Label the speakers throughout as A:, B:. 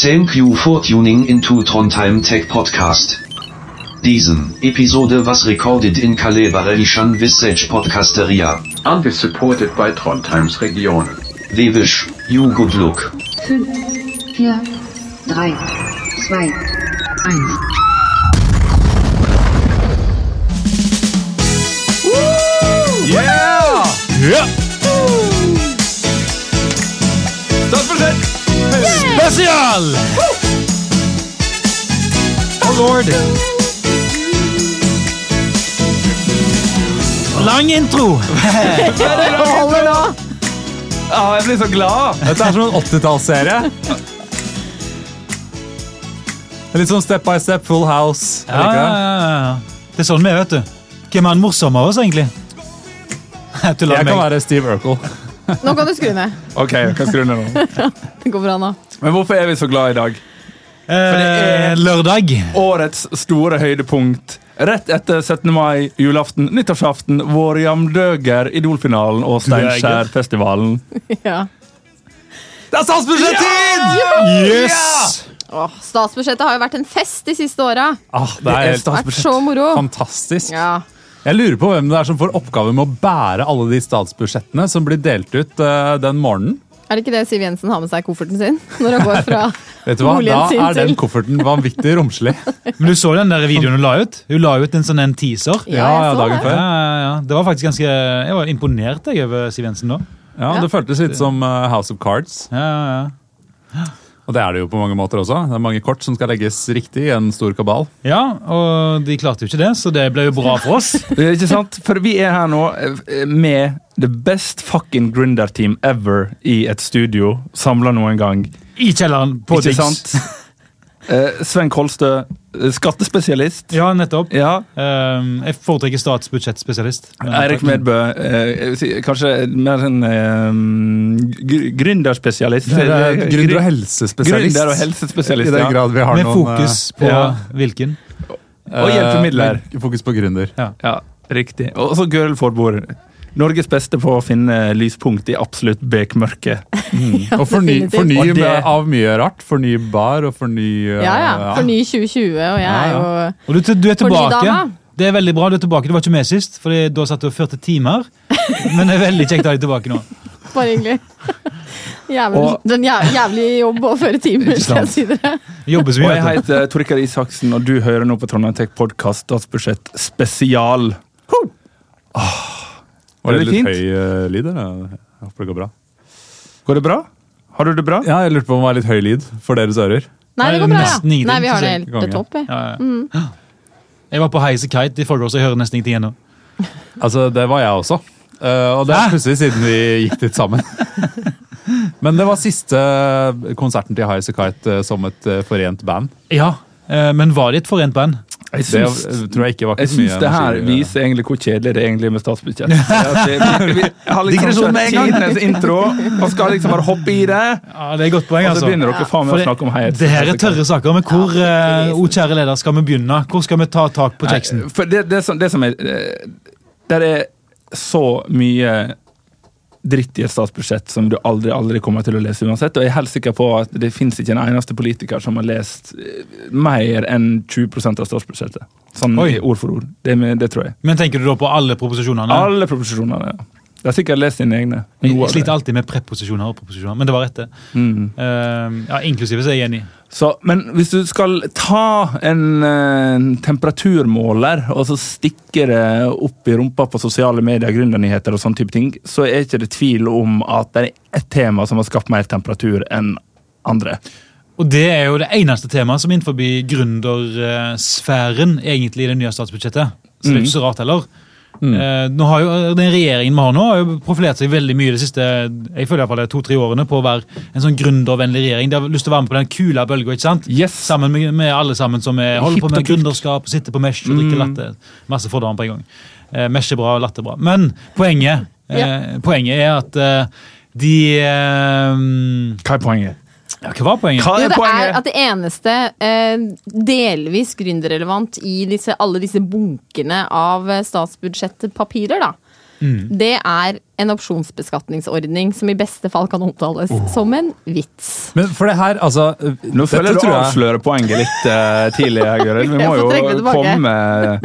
A: Thank you for tuning into Trondheim Tech Podcast. Diesen Episode was recorded in Kalebarellishan Visage Podcasteria.
B: and is supported by Trondheim's Region.
A: We wish you good luck.
C: 5, 4, 3, 2, 1.
D: Yeah! Statsbudsjett spesial! Oh lord.
E: Lang intro!
D: jeg blir så glad!
E: Dette er som en 80-tallsserie. Det er Litt sånn step by step, full house. Er
F: Ja,
E: det ikke
F: ja,
E: det?
F: ja, ja. Det er sånn vi er, vet du. Hvem er den morsomme av oss, egentlig? Jeg tuller
E: Jeg
F: med
E: kan
F: meg.
E: være Steve Urkel.
G: Nå kan du skru ned.
E: Ok, jeg kan skru ned nå.
G: Det går bra nå.
D: Men hvorfor er vi så glad i dag?
F: Eh, lørdag.
D: Årets store høydepunkt. Rett etter 17. mai, julaften, nyttårsaften, vår jamdøger, Idolfinalen og Steinkjerfestivalen.
G: Ja.
D: Det er statsbudsjettid!
E: Yes!
G: Åh, statsbudsjettet har jo vært en fest de siste åra.
E: Ah, det
D: Det er
E: er helt
G: Vært så moro.
E: fantastisk.
G: Ja.
E: Jeg lurer på hvem det er som får oppgave med å bære alle de statsbudsjettene som blir delt ut eh, den morgenen.
G: Er det ikke det Siv Jensen har med seg i kofferten sin når hun går fra
E: Vet du hva? Da
G: boligen sin
E: er den
G: til
E: kofferten vanvittig romslig.
F: Men du så den der videoen hun la ut? Hun la ut en sånn en teaser. Ja,
G: Ja, jeg
E: ja,
G: så
E: dagen
G: det.
E: før.
F: ja, ja. Det var faktisk ganske Jeg var imponert jeg, over Siv Jensen da.
E: Ja,
G: Ja.
E: Det føltes litt som eh, House of Cards.
F: Ja, ja, ja.
E: Og det er det jo på mange måter også. Det er mange kort som skal legges riktig i en stor kabal.
F: ja, og de klarte jo ikke det, så det ble jo bra for oss.
D: Eh, Ikke sant? For vi er her nå eh, med the best fucking gründerteam ever i et studio. Samla noen gang.
F: I kjelleren på
D: Ikke
F: Diggs.
D: sant? Eh, Sven Kolstø, eh, skattespesialist.
F: Ja, nettopp.
D: Ja.
F: Ehm, jeg foretrekker statsbudsjettspesialist. Men-
D: Eirik Medbø, eh, si- kanskje mer en eh, gr- gründerspesialist. Eh,
E: Gründer- og
D: gr-
E: helsespesialist.
D: Gründer og helsespesialist,
E: I den
D: ja.
E: grad vi har
F: Med
E: noen
F: fokus på
D: ja.
F: hvilken.
E: eh,
D: Og hjelpemidler.
E: eh, Fokus på gründer.
D: Ja, riktig. Og så Gøril Forbord. Norges beste på å finne lyspunkt i absolutt bekmørke.
E: Og forny,
G: definitivt.
E: forny
D: Og det-
E: med, av mye rart. Fornybar og forny eh,
G: Ja, ja. For ny 2020, og jeg er jo
F: Og du, du er tilbake.
G: dama.
F: Det er veldig bra, du er tilbake. Du var ikke med sist, for da satt du og førte timer. Men det er veldig kjekt å ha deg tilbake nå.
G: bare hyggelig. Jævlig,
D: Og-
G: den jæv, jævlig jobb å føre timer, skal jeg si dere.
F: Jobber så
D: Og
F: mye.
D: jeg
F: vet du.
D: heter Torkar Isaksen, og du hører nå på Trondheim Tech Podcast Statsbudsjett Spesial.
E: Var det
D: Veldig
E: litt
D: fint.
E: høy eh, lyd, eller? Jeg håper det går bra.
D: Går det bra? Har du det bra?
E: Ja, jeg lurte på om det var litt høy lyd for deres ører.
G: Nei, det går bra, ja.
F: Nesten ingenting,
G: Nei, vi har det
F: synes
G: helt
E: jeg.
G: til topp. jeg.
F: Ja, ja. Jeg var på Heise Kite i forgårs, og jeg hører nesten ingenting ennå.
E: Altså, det var jeg også. Eh, og det er plutselig siden vi gikk dit sammen. Men det var siste konserten til Highasakite Kite som et eh, forent band.
F: Ja, eh, men var det et forent band?
D: Jeg
E: Det
D: syns,
E: eh, tror jeg ikke var
D: jeg
E: ikke så
D: syns
E: mye
D: det her
E: energi, eh.
D: viser egentlig hvor kjedelig det egentlig er med statsbudsjett. Det at vi- vi- vi har liksom
F: Digresjon med en gang.
D: tidenes intro, og skal liksom bare hoppe i det.
F: Ja, Det er et godt poeng,
D: Og så
F: altså.
D: begynner dere faen
F: For
D: meg å snakke om heiet.
F: det her er tørre saker, men hvor eh, o kjære leder, skal vi begynne? Hvor skal vi ta tak på kjeksen?
D: For det, det, som, det som er eh, Der er så mye dritt i et statsbudsjett som du aldri aldri kommer til å lese uansett. Og jeg er helt sikker på at det fins ikke en eneste politiker som har lest eh, mer enn 20 av statsbudsjettet. Sånn
F: Oi.
D: i ord for ord. Det, det tror jeg.
F: Men tenker du da på alle proposisjonene?
D: Alle proposisjonene. ja. Jeg har sikkert lest dine egne.
F: Jeg
D: Noe av
F: jeg
D: det.
F: sliter alltid med preposisjoner og proposisjoner, men det var rett, det.
D: Mm.
F: Eh, ja, inklusive så er jeg enig.
D: Så, men hvis du skal ta en eh, temperaturmåler og så stikke det opp i rumpa på sosiale medier, gründernyheter og sånne type ting, så er ikke det tvil om at det er ett tema som har skapt mer temperatur enn andre.
F: Og det er jo det eneste temaet som innenfor gründersfæren egentlig i det nye statsbudsjettet. Så det er ikke så rart heller.
D: Mm.
F: Eh, nå har jo, den regjeringen vi har nå, har jo profilert seg veldig mye de siste jeg føler i hvert fall det er to-tre årene på å være en sånn gründervennlig regjering. De har lyst til å være med på den kule bølga. ikke sant?
D: Yes!
F: Sammen med, med alle sammen som er, holder på med gründerskap, sitter på mesh og drikker latte. Masse fordommer på en gang. Eh, mesh er bra, og latte er bra. Men poenget, eh, poenget er at eh, de eh,
D: Hva er poenget?
F: ja, Hva var poenget?
D: Hva
G: Jo,
D: er
G: det er
D: poenget?
G: at det eneste eh, delvis gründerrelevant i disse, alle disse bunkene av eh, statsbudsjettpapirer, da,
F: Mm.
G: det er en opsjonsbeskatningsordning som i beste fall kan omtales som en vits.
E: Men for det her, altså
D: Nå føler jeg du
E: jeg,
D: avslører poenget litt eh, tidlig, Gøril. Vi
G: Jeg
D: må
G: får
D: jo
G: trekke det tilbake.
D: komme med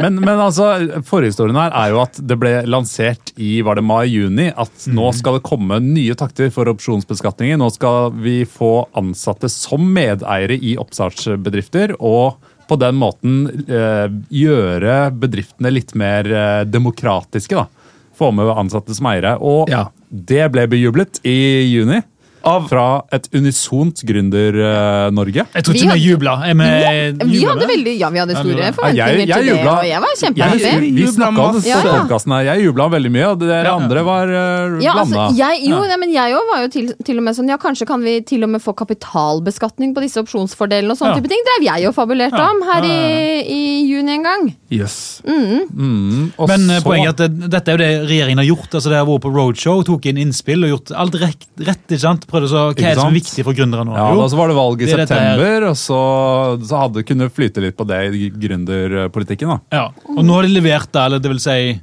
E: men, men altså, forhistorien her er jo at det ble lansert i var det mai-juni at nå
D: Mhm.
E: skal det komme nye takter for opsjonsbeskatningen. Nå skal vi få ansatte som medeiere i oppstartsbedrifter. og på den måten eh, gjøre bedriftene litt mer eh, demokratiske. da. Få med ansatte som eiere. Og
D: Ja.
E: det ble bejublet i juni
D: Av-
E: fra et unisont eh, Gründer-Norge.
F: Jeg tror
G: Vi
F: ikke vi
G: hadde-
F: jubla. Er vi
G: Vi
F: jubler
G: hadde
F: vi?
G: veldig, ja, vi hadde
F: vi
G: store
F: gjorde det.
G: forventninger til det,
E: jubla-
G: og jeg var
E: Jeg
G: kjempehappy.
E: husker Vi snakka om det på
G: Ja, ja.
E: podcasten her. Jeg jubla veldig mye, og det der andre var uh,
G: Ja, altså,
E: blanda.
G: jeg, jo, nei, men jeg òg var jo til, til og med sånn Ja, kanskje kan vi til og med få kapitalbeskatning på disse opsjonsfordelene og sånne
F: Ja.
G: type ting. Drev jeg og fabulerte
F: Ja.
G: om her
F: Ja, ja,
G: i, i juni en gang.
D: Jøss.
G: Mm.
E: Og
F: Men eh,
E: så-
F: poenget er at det, dette er jo det regjeringen har gjort. altså Det har vært på roadshow, tok inn innspill og gjort alt rett. rett ikke sant? Prøvde så, Hva er det som er
E: sant?
F: viktig for gründere nå?
E: ja,
F: Jo,
E: da så var det valg i
F: det er dette her.
E: september, og så, så hadde kunne flyte litt på det i gründerpolitikken. da.
F: ja. Og nå har de levert det, eller det vil si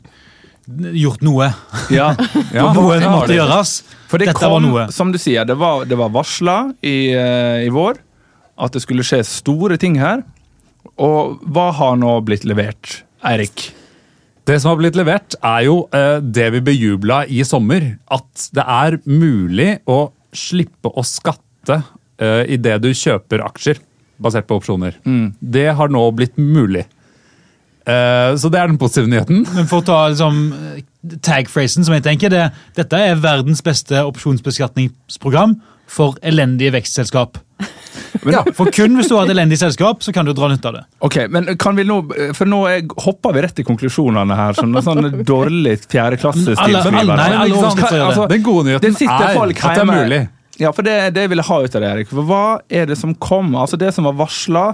F: gjort noe.
D: Ja.
E: Ja,
F: noe
E: det har
F: måtte
E: de.
F: gjøres.
D: For det
F: Dette var
D: kom,
F: noe.
D: som du sier, det var, det var varsla i, eh, i vår at det skulle skje store ting her. Og hva har nå blitt levert, Eirik?
E: Det som har blitt levert, er jo eh, det vi bejubla i sommer. At det er mulig å slippe å skatte eh, idet du kjøper aksjer basert på opsjoner.
F: Mm.
E: Det har nå blitt mulig. Eh, så det er den positive nyheten.
F: Men for å ta liksom, tag-phrasen, som jeg tenker, det, dette er verdens beste opsjonsbeskatningsprogram for elendige vekstselskap.
D: Men,
F: For kun hvis du har et elendig selskap, så kan du dra nytte av det.
D: Ok, men kan vi nå, For nå er, hopper vi rett til konklusjonene her, som noe sånn dårlig
F: Alle- alle- nei,
D: fjerdeklassestilskrivere.
F: alle overskrifter gjør det.
E: Den gode nyheten
D: altså, Det sitter
E: er
D: folk
E: at det er
D: hjemme.
E: mulig.
D: Ja, for det, det jeg ville ha ut av det, Erik. For hva er det som kom? Altså, det som var varsla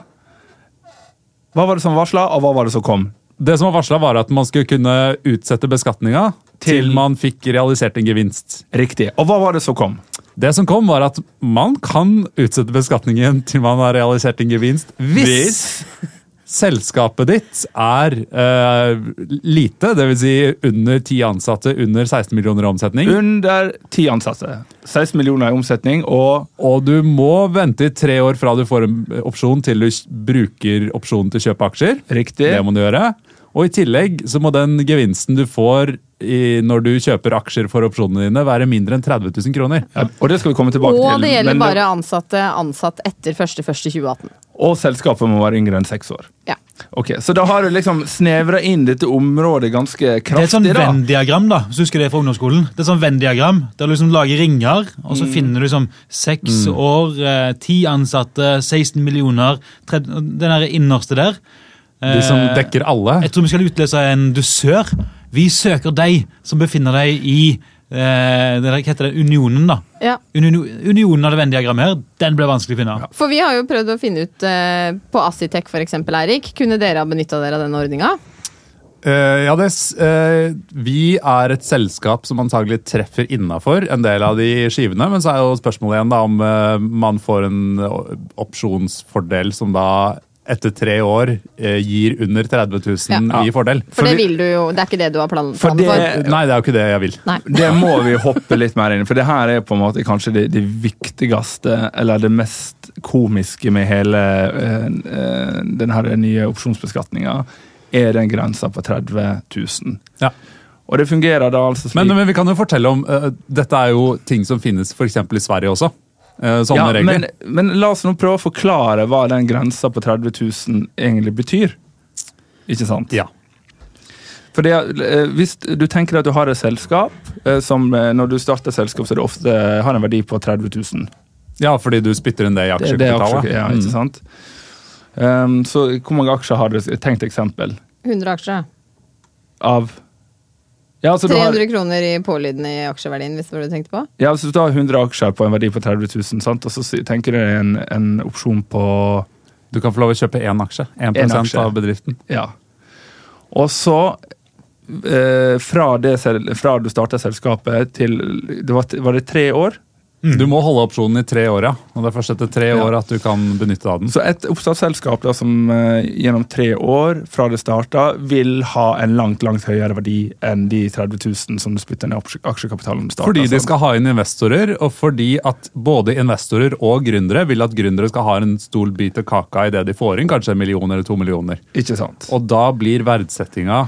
D: Hva var det som var varsla, og hva var det som kom?
E: Det som var varsla, var at man skulle kunne utsette beskatninga til
D: Til-
E: man fikk realisert en gevinst.
D: Riktig. Og hva var det som kom?
E: Det som kom, var at man kan utsette beskatningen til man har realisert en gevinst hvis, selskapet ditt er eh, lite, dvs. Si under ti ansatte, under 16 millioner i omsetning.
D: Under ti ansatte. 16 millioner i omsetning og
E: Og du må vente i tre år fra du får en opsjon til du bruker opsjonen til å kjøpe aksjer.
D: Riktig.
E: Det må du gjøre. Og i tillegg så må den gevinsten du får i, når du kjøper aksjer for opsjonene dine, være mindre enn 30 000 kroner.
D: ja, eh, Og det skal vi komme tilbake
G: Og
D: til.
G: det gjelder
D: men
G: bare ansatte ansatt etter 1.1.2018.
D: og selskapet må være yngre enn seks år.
G: Ja.
D: Ok, Så da har du liksom snevra inn dette området ganske
F: Det er et sånn
D: kraftig. da.
F: Venn-diagram, da, hvis du husker det fra ungdomsskolen. Det er et sånn Venn-diagram, Der du liksom lager ringer, og så finner du liksom seks år, eh, ti ansatte, 16 millioner tred, Den der innerste der.
E: De som
F: Eh,
E: dekker alle.
F: Jeg tror vi skal utløse en dusør. Vi søker deg som befinner deg i eh, det der, Hva heter det? Unionen, da.
G: Ja.
F: Union, unionen av det Venn-diagrammet her, den ble vanskelig å finne.
G: For vi har jo prøvd å finne ut eh, på Asitec f.eks., Eirik. Kunne dere ha benytta dere av denne ordninga?
E: Eh, ja, det, s- eh, vi er et selskap som antagelig treffer innafor en del av de skivene. Men så er jo spørsmålet igjen da om eh, man får en o- opsjonsfordel som da etter tre år eh, gir under 30 000
G: Ja.
E: i fordel.
G: For det
E: Fordi-
G: vil du jo, det er ikke det du har plan
D: For
G: planen for?
D: det-
E: Nei, det er jo ikke det jeg vil.
G: Nei.
D: Det må vi hoppe litt mer inn i, for det her er på en måte kanskje det, det viktigste, eller det mest komiske med hele eh, eh, den her nye opsjonsbeskatninga, er den grensa på 30 000.
E: Ja.
D: Og det fungerer da altså slik
E: Men, men vi kan jo fortelle om eh, Dette er jo ting som finnes f.eks. i Sverige også. Eh, sånne
D: ja,
E: regler.
D: men, men la oss nå prøve å forklare hva den grensa på 30 000 egentlig betyr. Ikke sant?
E: Ja.
D: For det, eh, hvis du tenker at du har et selskap eh, som eh, når du starter et selskap, så det ofte har en verdi på 30 000.
E: ja, fordi du spytter inn det i
D: Det, det er aksjer,
E: aksjekapitalet.
D: ja, ikke
E: Mm.
D: sant? Um, så hvor mange aksjer har du? Tenkt eksempel.
G: 100 aksjer.
D: Av ja, altså, du har,
G: 300 kroner i pålydende i aksjeverdien, hvis det var det du tenkte på?
D: ja, altså, hvis du har 100 aksjer på en verdi på 30 000, sant? og så si- tenker du deg en, en opsjon på
E: Du kan få lov å kjøpe én aksje. 1
D: En aksje.
E: av bedriften.
D: Ja. Og så eh, fra, det, sel- fra du starta selskapet til det var, var det tre år?
E: Du må holde opsjonen i tre år, ja. Og det er først etter tre år at du kan benytte deg av den.
D: Så et oppstartsselskap da, som eh, gjennom tre år fra det starta vil ha en langt langt høyere verdi enn de 30 000 som du spytter ned aksje- aksjekapitalen. du starter,
E: Fordi de
D: sånn.
E: skal ha inn investorer, og fordi at både investorer og gründere vil at gründere skal ha en stor bit av kaka i det de får inn, kanskje en million eller to millioner.
D: Ikke sant?
E: Og da blir verdsettinga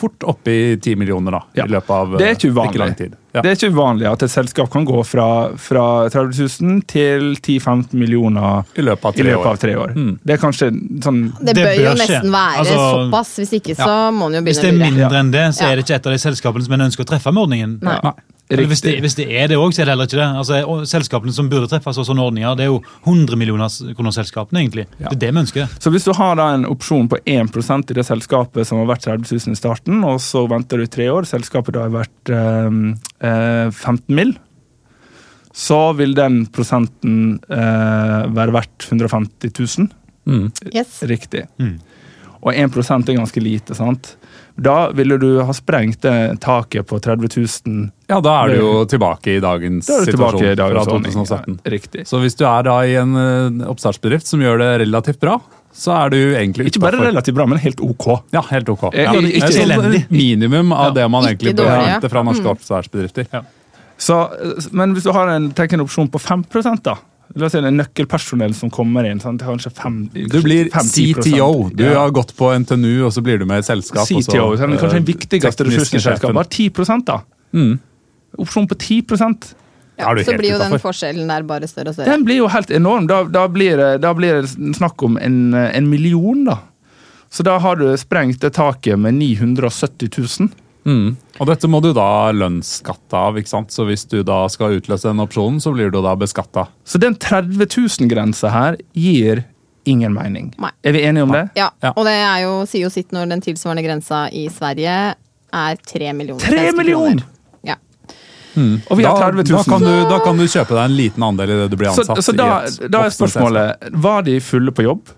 E: fort oppe i ti millioner, da.
D: Ja.
E: I løpet av
D: det er ikke
E: eh,
D: uvanlig.
E: ikke lang tid. Ja.
D: Det er ikke uvanlig at et selskap kan gå fra, fra 30 000 til 10-15 millioner
E: I løpet av
D: i
E: tre
D: løpet
E: år. Mm.
D: av tre år. Det er kanskje sånn
G: Det
F: Det
G: bør jo
F: bør skje.
G: nesten være
F: Altså-
G: såpass. Hvis ikke så må en jo
F: Hvis det er
G: begynne å lure.
F: mindre enn det, så
G: Ja.
F: er det ikke et av de selskapene som en ønsker å treffe med ordningen.
G: Nei.
D: Nei,
F: Eller Hvis det,
D: riktig.
F: hvis det er det òg, så er det heller ikke det. Altså, og Selskapene som burde treffes av sånne ordninger, det er jo 100 millioner kroner-selskapene, egentlig. Det er det vi ønsker.
D: Så hvis du har da en opsjon på 1 i det selskapet som har vært 30 000 i starten, og så venter du tre år, selskapet da har vært eh, eh, 15 mill., så vil den prosenten eh, være verdt 150 000.
G: Yes.
D: Riktig. Og 1 er ganske lite, sant? Da ville du ha sprengt det taket på 30 000.
E: Ja, da er du jo tilbake i dagens
D: Da er du
E: situasjon
D: tilbake
E: fra
D: i dagens ordning.
E: 2017.
D: Ja, riktig.
E: Så hvis du er da i en eh, oppstartsbedrift som gjør det relativt bra, så er du egentlig
D: Ikke bare
E: utenfor.
D: relativt bra, men helt ok.
E: Ja, helt ok.
D: Eh,
E: Ja.
D: ikke- ikke
E: Det er sånn
D: elendig.
E: Minimum av det man
G: Ikke
E: egentlig bør
G: dårlig, ja. Mm.
E: forvente fra norske oppstartsbedrifter.
D: Så, eh, men hvis du har en, tenk en opsjon på 5 da. La oss si det er nøkkelpersonell som kommer inn. Sant? Kanskje fem,
E: Du blir
D: kanskje 5-10%.
E: CTO. Du
D: Ja.
E: har gått på NTNU, og så blir du med i et selskap. og så,
D: CTO, men kanskje
E: eh,
D: den viktigste
E: tekniske
D: ressursen i selskapet.
E: sjefen. Mm.
D: Bare 10 da. Opsjon på 10
G: Ja,
E: er du
G: så
E: helt
G: blir jo den
E: utenfor.
G: forskjellen der bare større og større.
D: Den blir jo helt enorm. Da, da, blir, det- da blir det snakk om en, en million, da. Så da har du sprengt det taket med 970 000.
E: Mm. Og dette må du da lønnsskatte av, ikke sant? så hvis du da skal utløse den opsjonen, så blir du da beskatta.
D: Så den 30 000-grensa her gir ingen mening.
G: Nei.
D: Er vi enige om det?
G: Ja,
E: Ja.
G: Og det er jo, sier jo sitt når den tilsvarende grensa i Sverige er tre millioner.
D: Tre
G: svenske
D: millioner!
G: kroner. Ja.
D: Og vi
E: Da,
D: har 30 000.
E: da, kan du, da kan du kjøpe deg en liten andel i det du blir
D: så,
E: ansatt
D: så da,
E: i. et
D: da er
E: voksende
D: spørsmålet Var de fulle på jobb?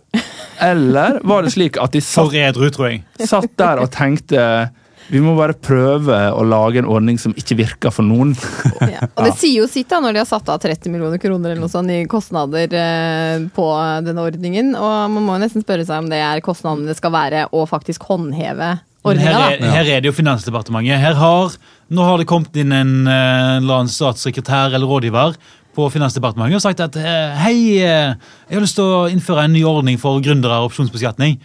D: Eller var det slik at de
F: For
D: satt,
F: edru, tror jeg.
D: satt der og tenkte vi må bare prøve å lage en ordning som ikke virker for noen.
G: Ja. Og det sier jo sitt da, når de har satt av 30 millioner kroner eller noe sånt i kostnader eh, på denne ordningen. Og man må jo nesten spørre seg om det er kostnadene det skal være å faktisk håndheve
F: Men Her
G: ordninga.
F: er, her er det jo Finansdepartementet. Her har, nå har det kommet inn en eh, eller annen statssekretær eller rådgiver på Finansdepartementet og sagt at eh, hei, eh, jeg har lyst til å innføre en ny ordning for gründere og opsjonsbeskatning.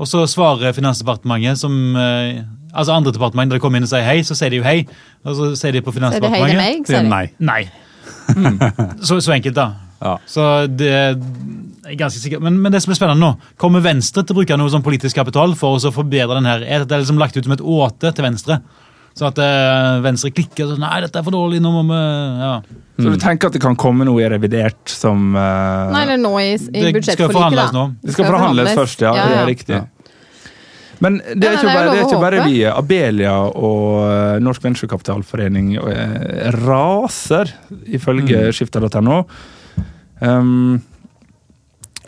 F: Og så svarer Finansdepartementet, som, eh, altså andre departement, når de kommer inn og sier hei, så sier de jo hei. Og så sier de på
G: Så er det hei til
F: Finansdepartementet.
G: meg,
E: selskap.
G: sier de.
E: Nei.
F: Nei. Mm. Så, så enkelt, da.
E: Ja.
F: Så det er ganske sikkert. Men, men det som er spennende nå, kommer Venstre til å bruke noe sånn politisk kapital for å så forbedre den her? Er dette liksom lagt ut som et åte til Venstre? Så at eh, Venstre klikker sånn Nei, dette er for dårlig, nå må vi ja.
D: Så du tenker at det kan komme noe i revidert som eh,
G: Nei, eller nå i, i
F: Det skal
G: budsjettforliket, da.
F: forhandles nå.
D: Det skal forhandles først, ja. Det er riktig.
E: Ja.
D: Men det er
G: Ja,
D: ikke
G: nei, det er
D: bare, det er
G: lov å
D: ikke bare
G: håpe.
D: vi. Abelia og eh, Norsk Venturekapitalforening eh, raser, ifølge
E: Mm.
D: skifta.no. Um,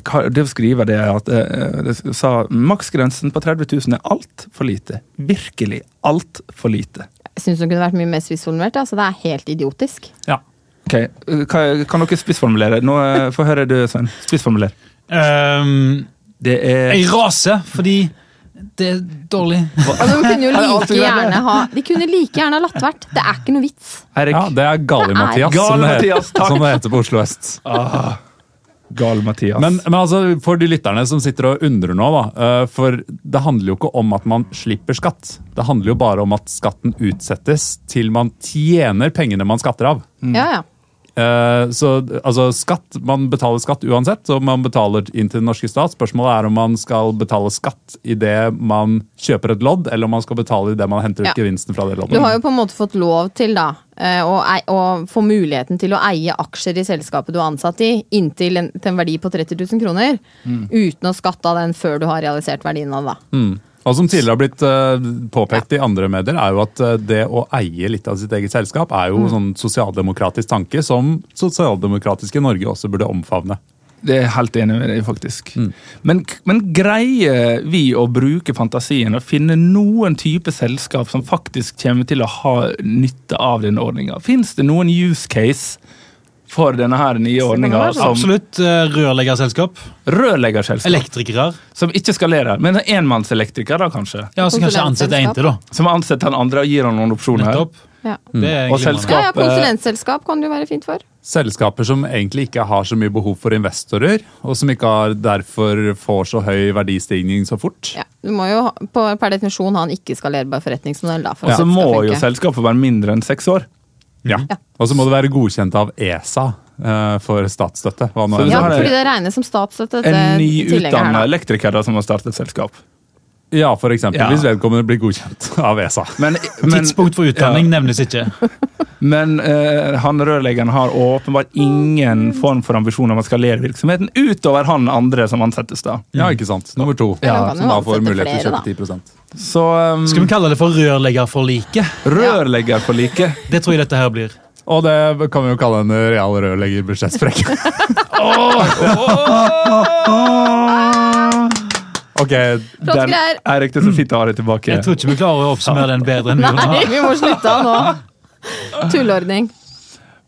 D: hva- det å skrive det at eh, det sa maksgrensen på 30 000 er altfor lite. Virkelig altfor lite.
G: Jeg syns hun kunne vært mye mer spissformulert. Altså, det er helt idiotisk.
E: selskap. Ja.
D: Ok, eh, hva- Kan dere spissformulere? Nå eh, får jeg høre du, Svein. Spissformuler.
F: Ehm,
D: Det er
F: jeg raser fordi det er dårlig.
G: Altså, de kunne jo
D: alt
G: like
D: du gjør
G: gjerne ha De kunne like gjerne ha latt vært. Det er ikke noe vits.
D: Eirik.
E: ja, det er Gale-Mathias, som, det heter-
D: Gale-Mathias, takk.
E: som det heter på Oslo øst.
D: Gal Mathias.
E: Men, men altså, for de lytterne som sitter og undrer nå, da, eh, for det handler jo ikke om at man slipper skatt. Det handler jo bare om at skatten utsettes til man tjener pengene man skatter av.
G: Ja, ja.
E: Eh, Så altså, skatt, Man betaler skatt uansett, og man betaler inn til den norske stat. Spørsmålet er om man skal betale skatt idet man kjøper et lodd, eller om man skal betale idet man henter ut
G: Ja.
E: gevinsten fra det loddet.
G: Du
D: Mm.
G: har jo på en måte fått lov til da, eh, å, ei- å få muligheten til å eie aksjer i selskapet du er ansatt i, inntil en, til en verdi på 30 000 kroner,
D: Mm.
G: uten å skatte av den før du har realisert verdien av det. da.
E: Og som tidligere har blitt eh, påpekt i andre medier, er jo at eh, det å eie litt av sitt eget selskap er
G: Mm.
E: jo sånn sosialdemokratisk tanke som sosialdemokratiske Norge også burde omfavne.
D: Det er jeg helt enig med deg, i, faktisk.
F: Mm.
D: Men, men greier vi å bruke fantasien og finne noen type selskap som faktisk kommer til å ha nytte av denne ordninga? Fins det noen use case for denne her nye
G: Så kan det
D: ordninga
G: være sånn.
D: som
F: Absolutt eh, rørleggerselskap.
D: rørleggerselskap,
F: Elektrikere.
D: som ikke skalerer, men en enmannselektriker, da kanskje.
F: Ja, så kanskje ansette en til, da.
D: Som har ansett han andre og gir han noen opsjoner.
F: Nettopp.
G: Ja.
F: Det er
D: Og
F: glimrende.
D: selskap.
G: Ja, ja, konsulentselskap kan det jo være fint for.
E: Selskaper som egentlig ikke har så mye behov for investorer, og som ikke har derfor får så høy verdistigning så fort.
G: Ja. Du må jo ha- på, per definisjon ha en ikke-skalerbar forretningsmodell. Da, for
D: Og
G: at
D: så
G: det skal
D: må jo
G: funke.
D: selskapet være mindre enn seks år.
E: Ja.
G: Mhm.
E: Og så må det være godkjent av ESA eh, for statsstøtte. Hva nå
D: Så
E: enn
D: du
E: det
G: Ja,
D: har
E: betyr.
G: fordi det regnes som statsstøtte.
D: En
G: dette tillegget her, da.
D: nyutdanna elektriker da, som har startet selskap.
E: ja, Mhm. for eksempel
D: Ja.
E: hvis vedkommende blir godkjent av ESA.
D: Men, men,
F: Tidspunkt for utdanning nevnes ikke.
D: men eh, han rørleggeren har åpenbart ingen
G: Mm.
D: form for ambisjon om å skalere virksomheten utover han andre som ansettes. da.
E: Ja, ikke sant. Nummer to,
G: Ja, da kan
E: som
G: jo
E: da får
G: ansette
E: mulighet til å
G: flere,
E: kjøpe 10
D: Så um,
F: Skal vi kalle det for rørleggerforliket?
D: rørleggerforliket
F: Det tror jeg dette her blir.
E: Og det kan vi jo kalle en real rørleggerbudsjettsprekk. ok,
G: Flott
D: Den
G: greier.
D: er riktig så fint å ha det tilbake.
F: Jeg tror ikke vi klarer å oppsummere den bedre enn vi gjorde.
G: Nei, vi må slutte av nå. Tulleordning.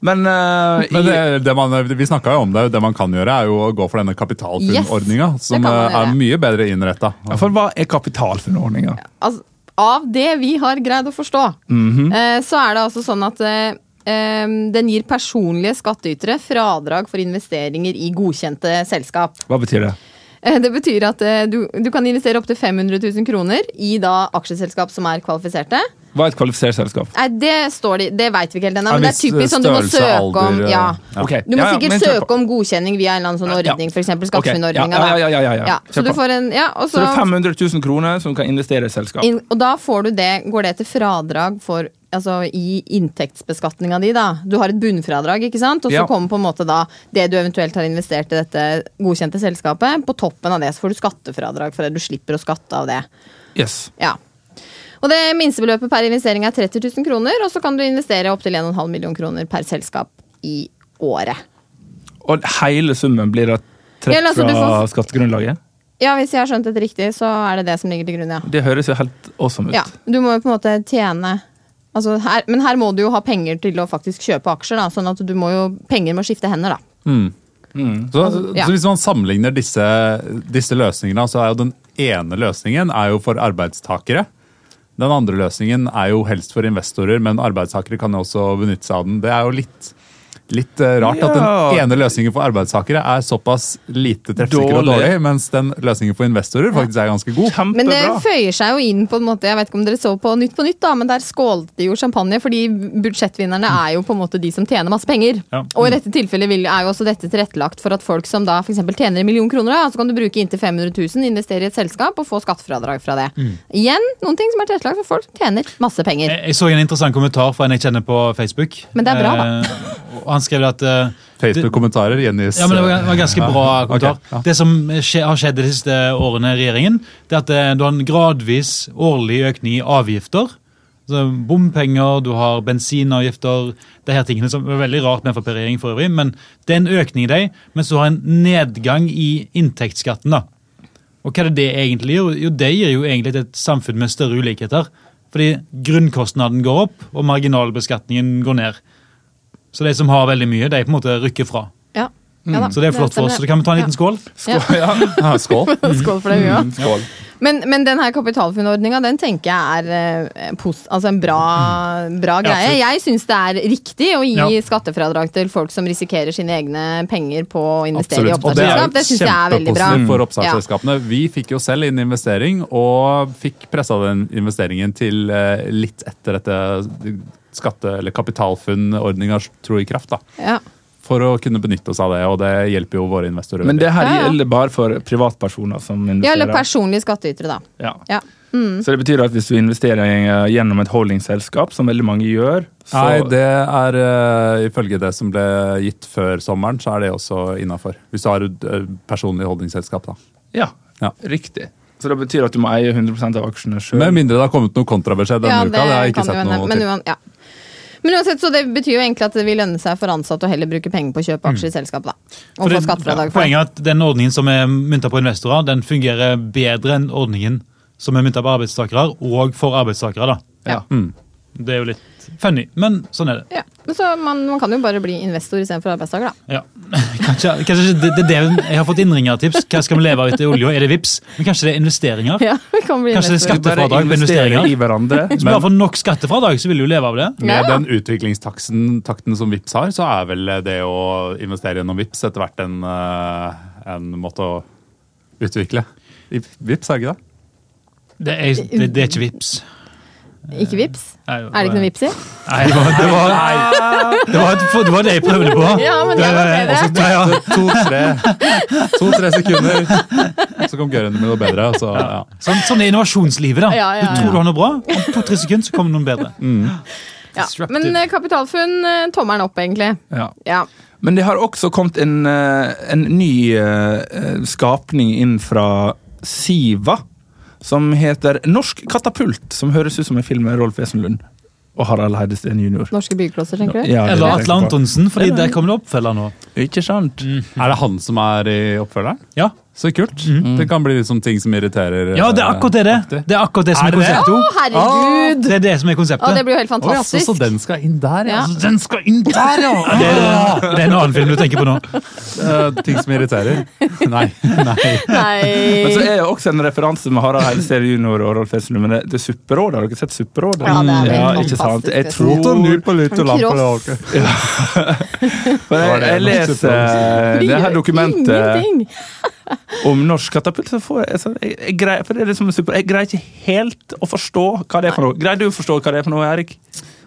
D: Men, eh,
E: men det,
D: i,
E: det man, Vi snakka jo om det. Det man kan gjøre, er jo å gå for denne kapitalfunnordninga,
G: Yes, det
E: som
G: kan man
E: eh, er
G: gjøre.
E: mye bedre innretta.
D: for hva er kapitalforordninga?
G: Altså, av det vi har greid å forstå,
E: Mhm.
G: eh, så er det altså sånn at eh, em, den gir personlige skattytere fradrag for investeringer i godkjente selskap.
D: Hva betyr det?
G: Eh, Det betyr at eh, du, du kan investere opptil 500 000 kroner i da aksjeselskap som er kvalifiserte.
D: Hva er et kvalifisert selskap?
G: Nei, det står det, det veit vi ikke helt ennå,
E: En
G: men det er
E: viss
G: typisk sånn du må
E: eh, størrelse,
G: søke om.
E: alder, eh,
G: Ja.
E: ja.
D: Ok,
G: Du må
D: ja, ja,
G: sikkert
D: men kjør på.
G: søke om godkjenning via en eller annen sånn
D: Ja.
G: ordning, f.eks.
D: Ok, ja,
G: SkatteFUNN-ordninga.
D: ja, ja, ja, ja, ja.
G: da.
D: Kjør
G: Så du
D: på.
G: får en Ja, og
D: Så det er
G: så
D: 500 000 kroner som kan investere i et selskap.
G: inn- Og da får du det, går det til fradrag for Altså i inntektsbeskatninga di, da. Du har et bunnfradrag, ikke sant. Og så
D: Ja.
G: kommer på en måte da det du eventuelt har investert i dette godkjente selskapet. På toppen av det så får du skattefradrag for det. Du slipper å skatte av det.
D: Yes.
G: Ja. Og det minstebeløpet per investering er 30 000 kroner, og så kan du investere opptil 1,5 million kroner per selskap i året.
D: Og hele summen blir da
G: Ja,
D: trukket
G: altså, du
D: fra
G: får-
D: skattegrunnlaget?
G: Ja, hvis jeg har skjønt dette riktig, så er det det som ligger til grunn, ja.
D: Det høres jo helt awesome ut.
G: ja du må jo på en måte tjene altså her, Men her må du jo ha penger til å faktisk kjøpe aksjer, da, sånn at du må jo Penger må skifte hender, da.
E: Så,
G: Ja.
E: så hvis man sammenligner disse, disse løsningene, så er jo den ene løsningen er jo for arbeidstakere. Den andre løsningen er jo helst for investorer, men arbeidstakere kan jo også benytte seg av den. Det er jo litt, litt eh, rart at den
D: Ja.
E: ene løsningen for arbeidstakere er såpass lite treffsikker og
D: Dårlig.
E: dårlig, mens den løsningen for investorer faktisk er ganske god.
G: Men eh, det
D: Kjempebra!
G: føyer seg jo inn på en måte, jeg vet ikke om dere så på Nytt på Nytt, da, men der skålte de jo champagne, fordi budsjettvinnerne er jo på en måte de som tjener masse penger.
F: Ja.
G: Og i dette tilfellet vil, er jo også dette tilrettelagt for at folk som da f.eks. tjener en million kroner, da, så kan du bruke inntil 500 000, investere i et selskap og få skattefradrag fra det.
F: Mm.
G: Igjen noen ting som er tilrettelagt for folk som tjener masse penger.
F: Jeg, jeg så en interessant kommentar fra en jeg kjenner på Facebook.
G: Men det er bra, da.
F: Eh, og han skrev at eh,
E: Facebook-kommentarer gjengis
F: Ja, men Det var det var en ganske bra
E: eh, Ja,
F: kommentar.
E: ok, ja.
F: Det som skje, har skjedd de siste årene i regjeringen, det er at eh, du har en gradvis årlig økning i avgifter. Så bompenger, du har bensinavgifter Det er her tingene som er veldig rart med Frp-regjering for øvrig, men det er en økning i dem, mens du har en nedgang i inntektsskatten. da. Og hva er det det egentlig gjør? Jo, det gir jo egentlig et samfunn med større ulikheter. Fordi grunnkostnaden går opp, og marginalbeskatningen går ned. Så de som har veldig mye, de på en måte rykker fra.
G: Ja. Ja
F: Mm.
G: da,
F: Så det er flott for oss. Så det kan Mm. vi ta en liten skål?
G: Ja.
E: Ja, skål.
G: Ja. Skål for det, vi òg. Men, men den her kapitalfunnordninga den tenker jeg er eh, pos altså en bra, bra
F: Ja,
G: greie.
F: absolutt.
G: Jeg syns det er riktig å gi
F: Ja.
G: skattefradrag til folk som risikerer sine egne penger på å
E: Absolutt.
G: investere i oppstartsselskap. Det, synes syns jeg er veldig bra. Mm.
E: kjempepositivt for
G: Ja.
E: oppstartsselskapene. Vi fikk jo selv inn investering, og fikk pressa den investeringen til eh, litt etter dette skatte- eller kapitalfunnordninga tro i kraft. da.
G: Ja.
E: For å kunne benytte oss av det, og det hjelper jo våre investorer.
D: Men det her
G: Ja, ja.
D: gjelder bare for privatpersoner som
G: ja, eller
D: investerer.
G: personlige skattytere, da.
D: Ja.
G: Ja. Mm.
D: Så det betyr at hvis du investerer eh, gjennom et holdingselskap, som veldig mange gjør, så
E: Nei, det er eh, ifølge det som ble gitt før sommeren, så er det også innafor. Hvis du har et eh, personlig holdningsselskap, da.
D: ja,
E: Ja.
D: riktig. Så det betyr at du må eie 100 av aksjene sjøl.
E: Med mindre det har kommet noe kontrabeskjed denne
G: Mm. Ja,
E: uka. Det har jeg ikke
G: kan jo
E: sett
G: hende.
E: noe
G: men,
E: til.
G: uan- ja. men uansett, så det betyr jo egentlig at det vil lønne seg for ansatte å heller bruke penger på å kjøpe aksjer i selskapet, da.
F: For
G: Og få
F: det-
G: skattefradrag for det.
F: Poenget er at den ordningen som er mynta på investorer, den fungerer bedre enn ordningen som er mynta på arbeidstakere, og for arbeidstakere. da.
G: Ja.
F: Det er jo litt litt funny, men sånn er det.
G: Ja. Men Så man, man kan jo bare bli investor istedenfor arbeidstaker, da.
F: Ja. Kanskje, kanskje ikke det, det, er det jeg har fått innringertips. Hva skal vi leve av etter olja? Er det vips? Men kanskje det er investeringer?
G: Ja, vi kan bli
F: Kanskje det
G: investor.
F: skal- Skattefradrag på
D: Vi bare investerer
F: investeringer.
D: i hverandre.
F: Hvis vi bare får nok skattefradrag, så vil du leve av det.
E: Med
G: Ja.
E: den utviklingstakten takten som Vips har, så er vel det å investere gjennom Vips etter hvert en, eh, en måte å utvikle. I Vips, er det ikke det?
F: Det er, det, det er ikke vips.
G: Ikke vips?
F: Nei,
G: Er det ikke noe vips i?
F: Nei, det var, det var, nei. Det, var et, det var det jeg prøvde på.
G: Ja, men det var bedre.
F: Også- ja, ja.
E: To-tre to, tre sekunder, så kom Gøran med noe bedre. Så, ja.
F: Sånn, sånn er innovasjonslivet, da.
G: Ja, ja, ja.
F: Du tror du har noe bra, om to-tre sekunder så kommer det noe bedre.
G: Ja.
F: Disruptive.
G: Men eh, kapitalfunn, eh, tommelen opp, egentlig.
D: Ja.
G: Ja.
D: Men det har også kommet en, eh, en ny eh, eh, skapning inn fra Siva, som heter Norsk katapult, som høres ut som en film med Rolf Wesenlund og Harald Heidesteen jr.
G: Norske byggeklosser, tenker du?
D: Ja, det
F: Eller
D: tenker jeg
F: Atle
D: på.
F: Antonsen, fordi der kommer det oppfølger nå.
D: Ikke sant?
E: Mm. Er det han som er i oppfølgeren?
F: Ja.
E: Så kult. Det kan bli liksom ting som irriterer.
F: Mm.
E: eh,
F: ja, det er akkurat det. Det Det er akkurat det som
E: Er
F: er
E: det det?
F: konseptet.
G: Å, herregud!
F: Det er Ah, det som er
G: Å, det
F: konseptet.
G: blir jo helt
E: Å ja, så,
G: fantastisk.
E: så den skal inn der, ja.
G: Ja.
E: Så den skal inn der, ja!
F: Ja, Det er, det er en annen film du tenker på nå.
E: Eh, ting som irriterer. Nei. nei.
D: Men så
G: Nei.
D: er det også en referanse med Harald Heidesteen jr. og Rolf Wesenlund, men det, det er Supperådet. Har dere sett Supperådet?
G: Ja, det er veldig
D: ikke sant? Jeg
G: fantastisk,
D: tror
G: Han kross.
D: For jeg, jeg leser
G: Vi
D: det her
G: gjør
D: dokumentet
G: Ingenting!
D: om norsk katapult, så får jeg, så jeg, jeg, greier, for det er liksom super, jeg greier ikke helt å forstå hva det er for noe. Greier du å forstå hva det er for noe, Erik?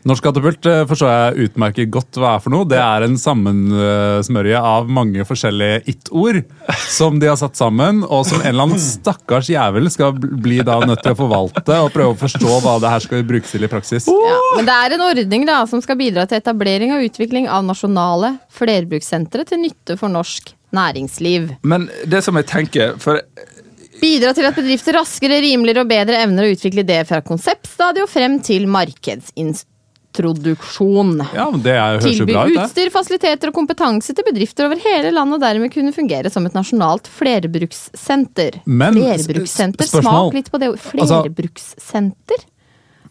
E: Norsk katapult eh, forstår jeg utmerket godt hva er for noe. Det er en sammensmørje av mange forskjellige it-ord som de har satt sammen, og som en eller annen stakkars jævel skal bli da nødt til å forvalte og prøve å forstå hva det her skal brukes til i praksis.
G: Ja, men det er en ordning da, som skal bidra til etablering og utvikling av nasjonale flerbrukssentre til nytte for norsk næringsliv.
D: Men det som jeg tenker, for
G: Bidra til at bedrifter raskere, rimeligere og bedre evner å utvikle det fra konseptstadiet og frem til markedsintroduksjon.
E: Ja, men Det er, høres jo
G: Tilby
E: bra ut, det.
G: utstyr, fasiliteter og kompetanse til bedrifter over hele landet og dermed kunne fungere som et nasjonalt flerbrukssenter.
E: Men,
G: flerbrukssenter?
E: sp- spørsmål.
G: Smak litt på det ordet.
E: Altså-
G: Flerbrukssenter?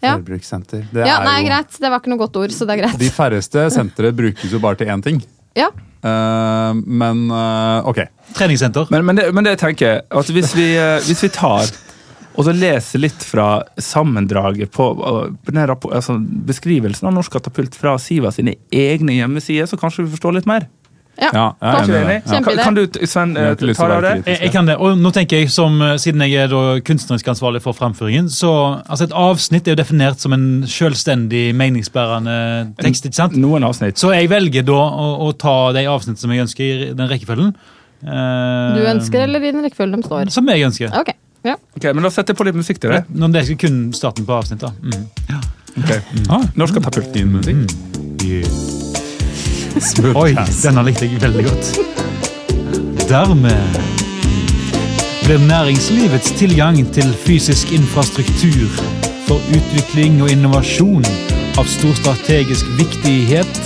G: Ja.
E: Forbrukssenter. Det
G: Ja,
E: er
G: nei,
E: jo-
G: greit. Det var ikke noe godt ord, så det er greit.
E: De færreste sentre brukes jo bare til én ting.
G: Ja.
E: Eh, men eh, ok.
F: Treningssenter.
D: Men, men, det, men det jeg tenker, at hvis vi, eh, hvis vi tar og så leser litt fra sammendraget på, eh, på den her rappo- altså beskrivelsen av norsk katapult fra Siva sine egne hjemmesider, så kanskje vi forstår litt mer.
G: ja.
E: Ja, jeg er
D: Er
G: Kanskje
D: du
E: enig i
D: enig?
E: det.
G: Ja.
D: Kan, kan du, Sven,
E: Jeg har
D: eh,
E: ikke lyst
D: ta
E: til å
D: deg av
E: være
D: det?
E: kritisk.
F: Jeg, jeg kan det, og nå tenker jeg som, eh, Siden jeg er da kunstnerisk ansvarlig for framføringen, så altså Et avsnitt er jo definert som en selvstendig, meningsbærende tekst. ikke sant?
D: Noen avsnitt.
F: Så jeg velger da å, å ta de avsnittene som jeg ønsker, i den rekkefølgen. Eh,
G: Du
E: Ehm.
G: ønsker, eller i den rekkefølgen de står?
F: Som jeg ønsker.
G: Ok. Ja.
D: Ok, men Da setter jeg på litt musikk til det.
F: Nå, det er kun starten på avsnittet. da. Mm.
D: Mm.
E: Ah.
D: Norsk katapult. Mm. Din musikk.
F: Oi, denne likte jeg veldig godt. Dermed blir næringslivets tilgang til fysisk infrastruktur for utvikling og innovasjon av stor strategisk viktighet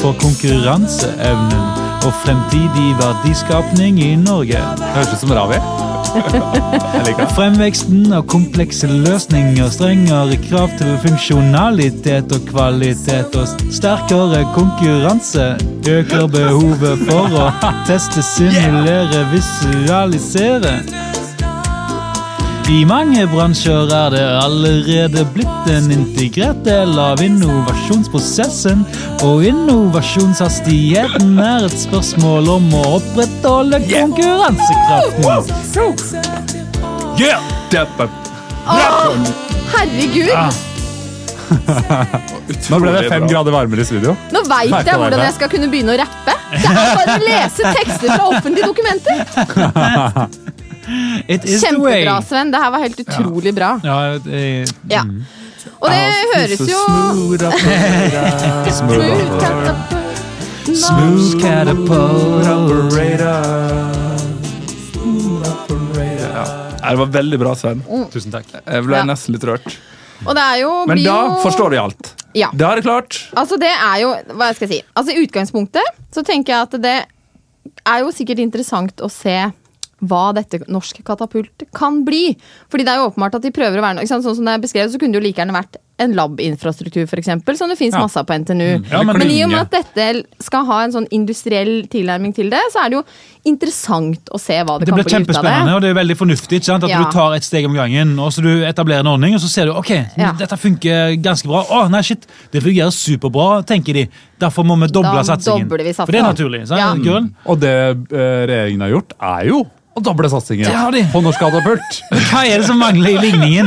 F: for konkurranseevnen og fremtidig verdiskapning i Norge.
E: Høres ut som Ravi. Jeg liker det.
F: Fremveksten av komplekse løsninger, strengere krav til funksjonalitet og kvalitet og sterkere konkurranse øker behovet for å teste, simulere, visualisere. I mange bransjer er det allerede blitt en integrert del av innovasjonsprosessen, og innovasjonshastigheten er et spørsmål om å opprettholde konkurransekraften.
D: Yeah! Dapper.
G: Herregud!
E: Nå ble det fem grader varmere i studio.
G: Nå
E: Merker
G: veit jeg
E: dere.
G: hvordan jeg skal kunne begynne å rappe! Det er bare å lese tekster fra offentlige dokumenter!
F: It is the way.
G: Kjempebra, Sven. Det her var helt utrolig bra.
F: Ja, eh,
G: Ja. Og det Eh, høres jo Smooth catapult.
F: smooth catapult.
D: Ja, det var veldig bra, Sven.
F: Tusen takk.
D: Jeg ble
G: Mm. Ja.
D: nesten litt rørt.
G: Og det er jo
D: Men
G: blir
D: da
G: jo-
D: forstår vi alt.
G: Ja.
D: Da er det klart.
G: Altså, det er jo Hva skal jeg si? Altså, I utgangspunktet så tenker jeg at det er jo sikkert interessant å se hva dette norske katapult kan bli. Fordi det er jo åpenbart at de prøver å være noe. ikke sant? Sånn som det er beskrevet, så kunne det jo like gjerne vært en labinfrastruktur, f.eks., som det fins
E: Ja.
G: masse av på NTNU.
E: Ja, men
G: men, i
E: lenge.
G: og med at dette skal ha en sånn industriell tilnærming til det, så er det jo interessant å se hva det,
F: Det blir
G: kan bli ut av
F: kjempespennende,
G: det.
F: og det er veldig fornuftig ikke sant? at
G: Ja.
F: du tar et steg om gangen. og så Du etablerer en ordning, og så ser du ok,
G: Ja.
F: dette funker ganske bra. Å, nei, shit, Det fungerer superbra, tenker de. Derfor må vi doble
G: Da
F: satsingen.
G: dobler vi satsingen.
F: For det er naturlig. sant?
G: Ja.
F: Grønn.
E: Og det eh, regjeringen har gjort, er jo å doble satsingen
F: Det har de.
E: på norsk katapult.
F: Men hva er det som mangler i ligningen?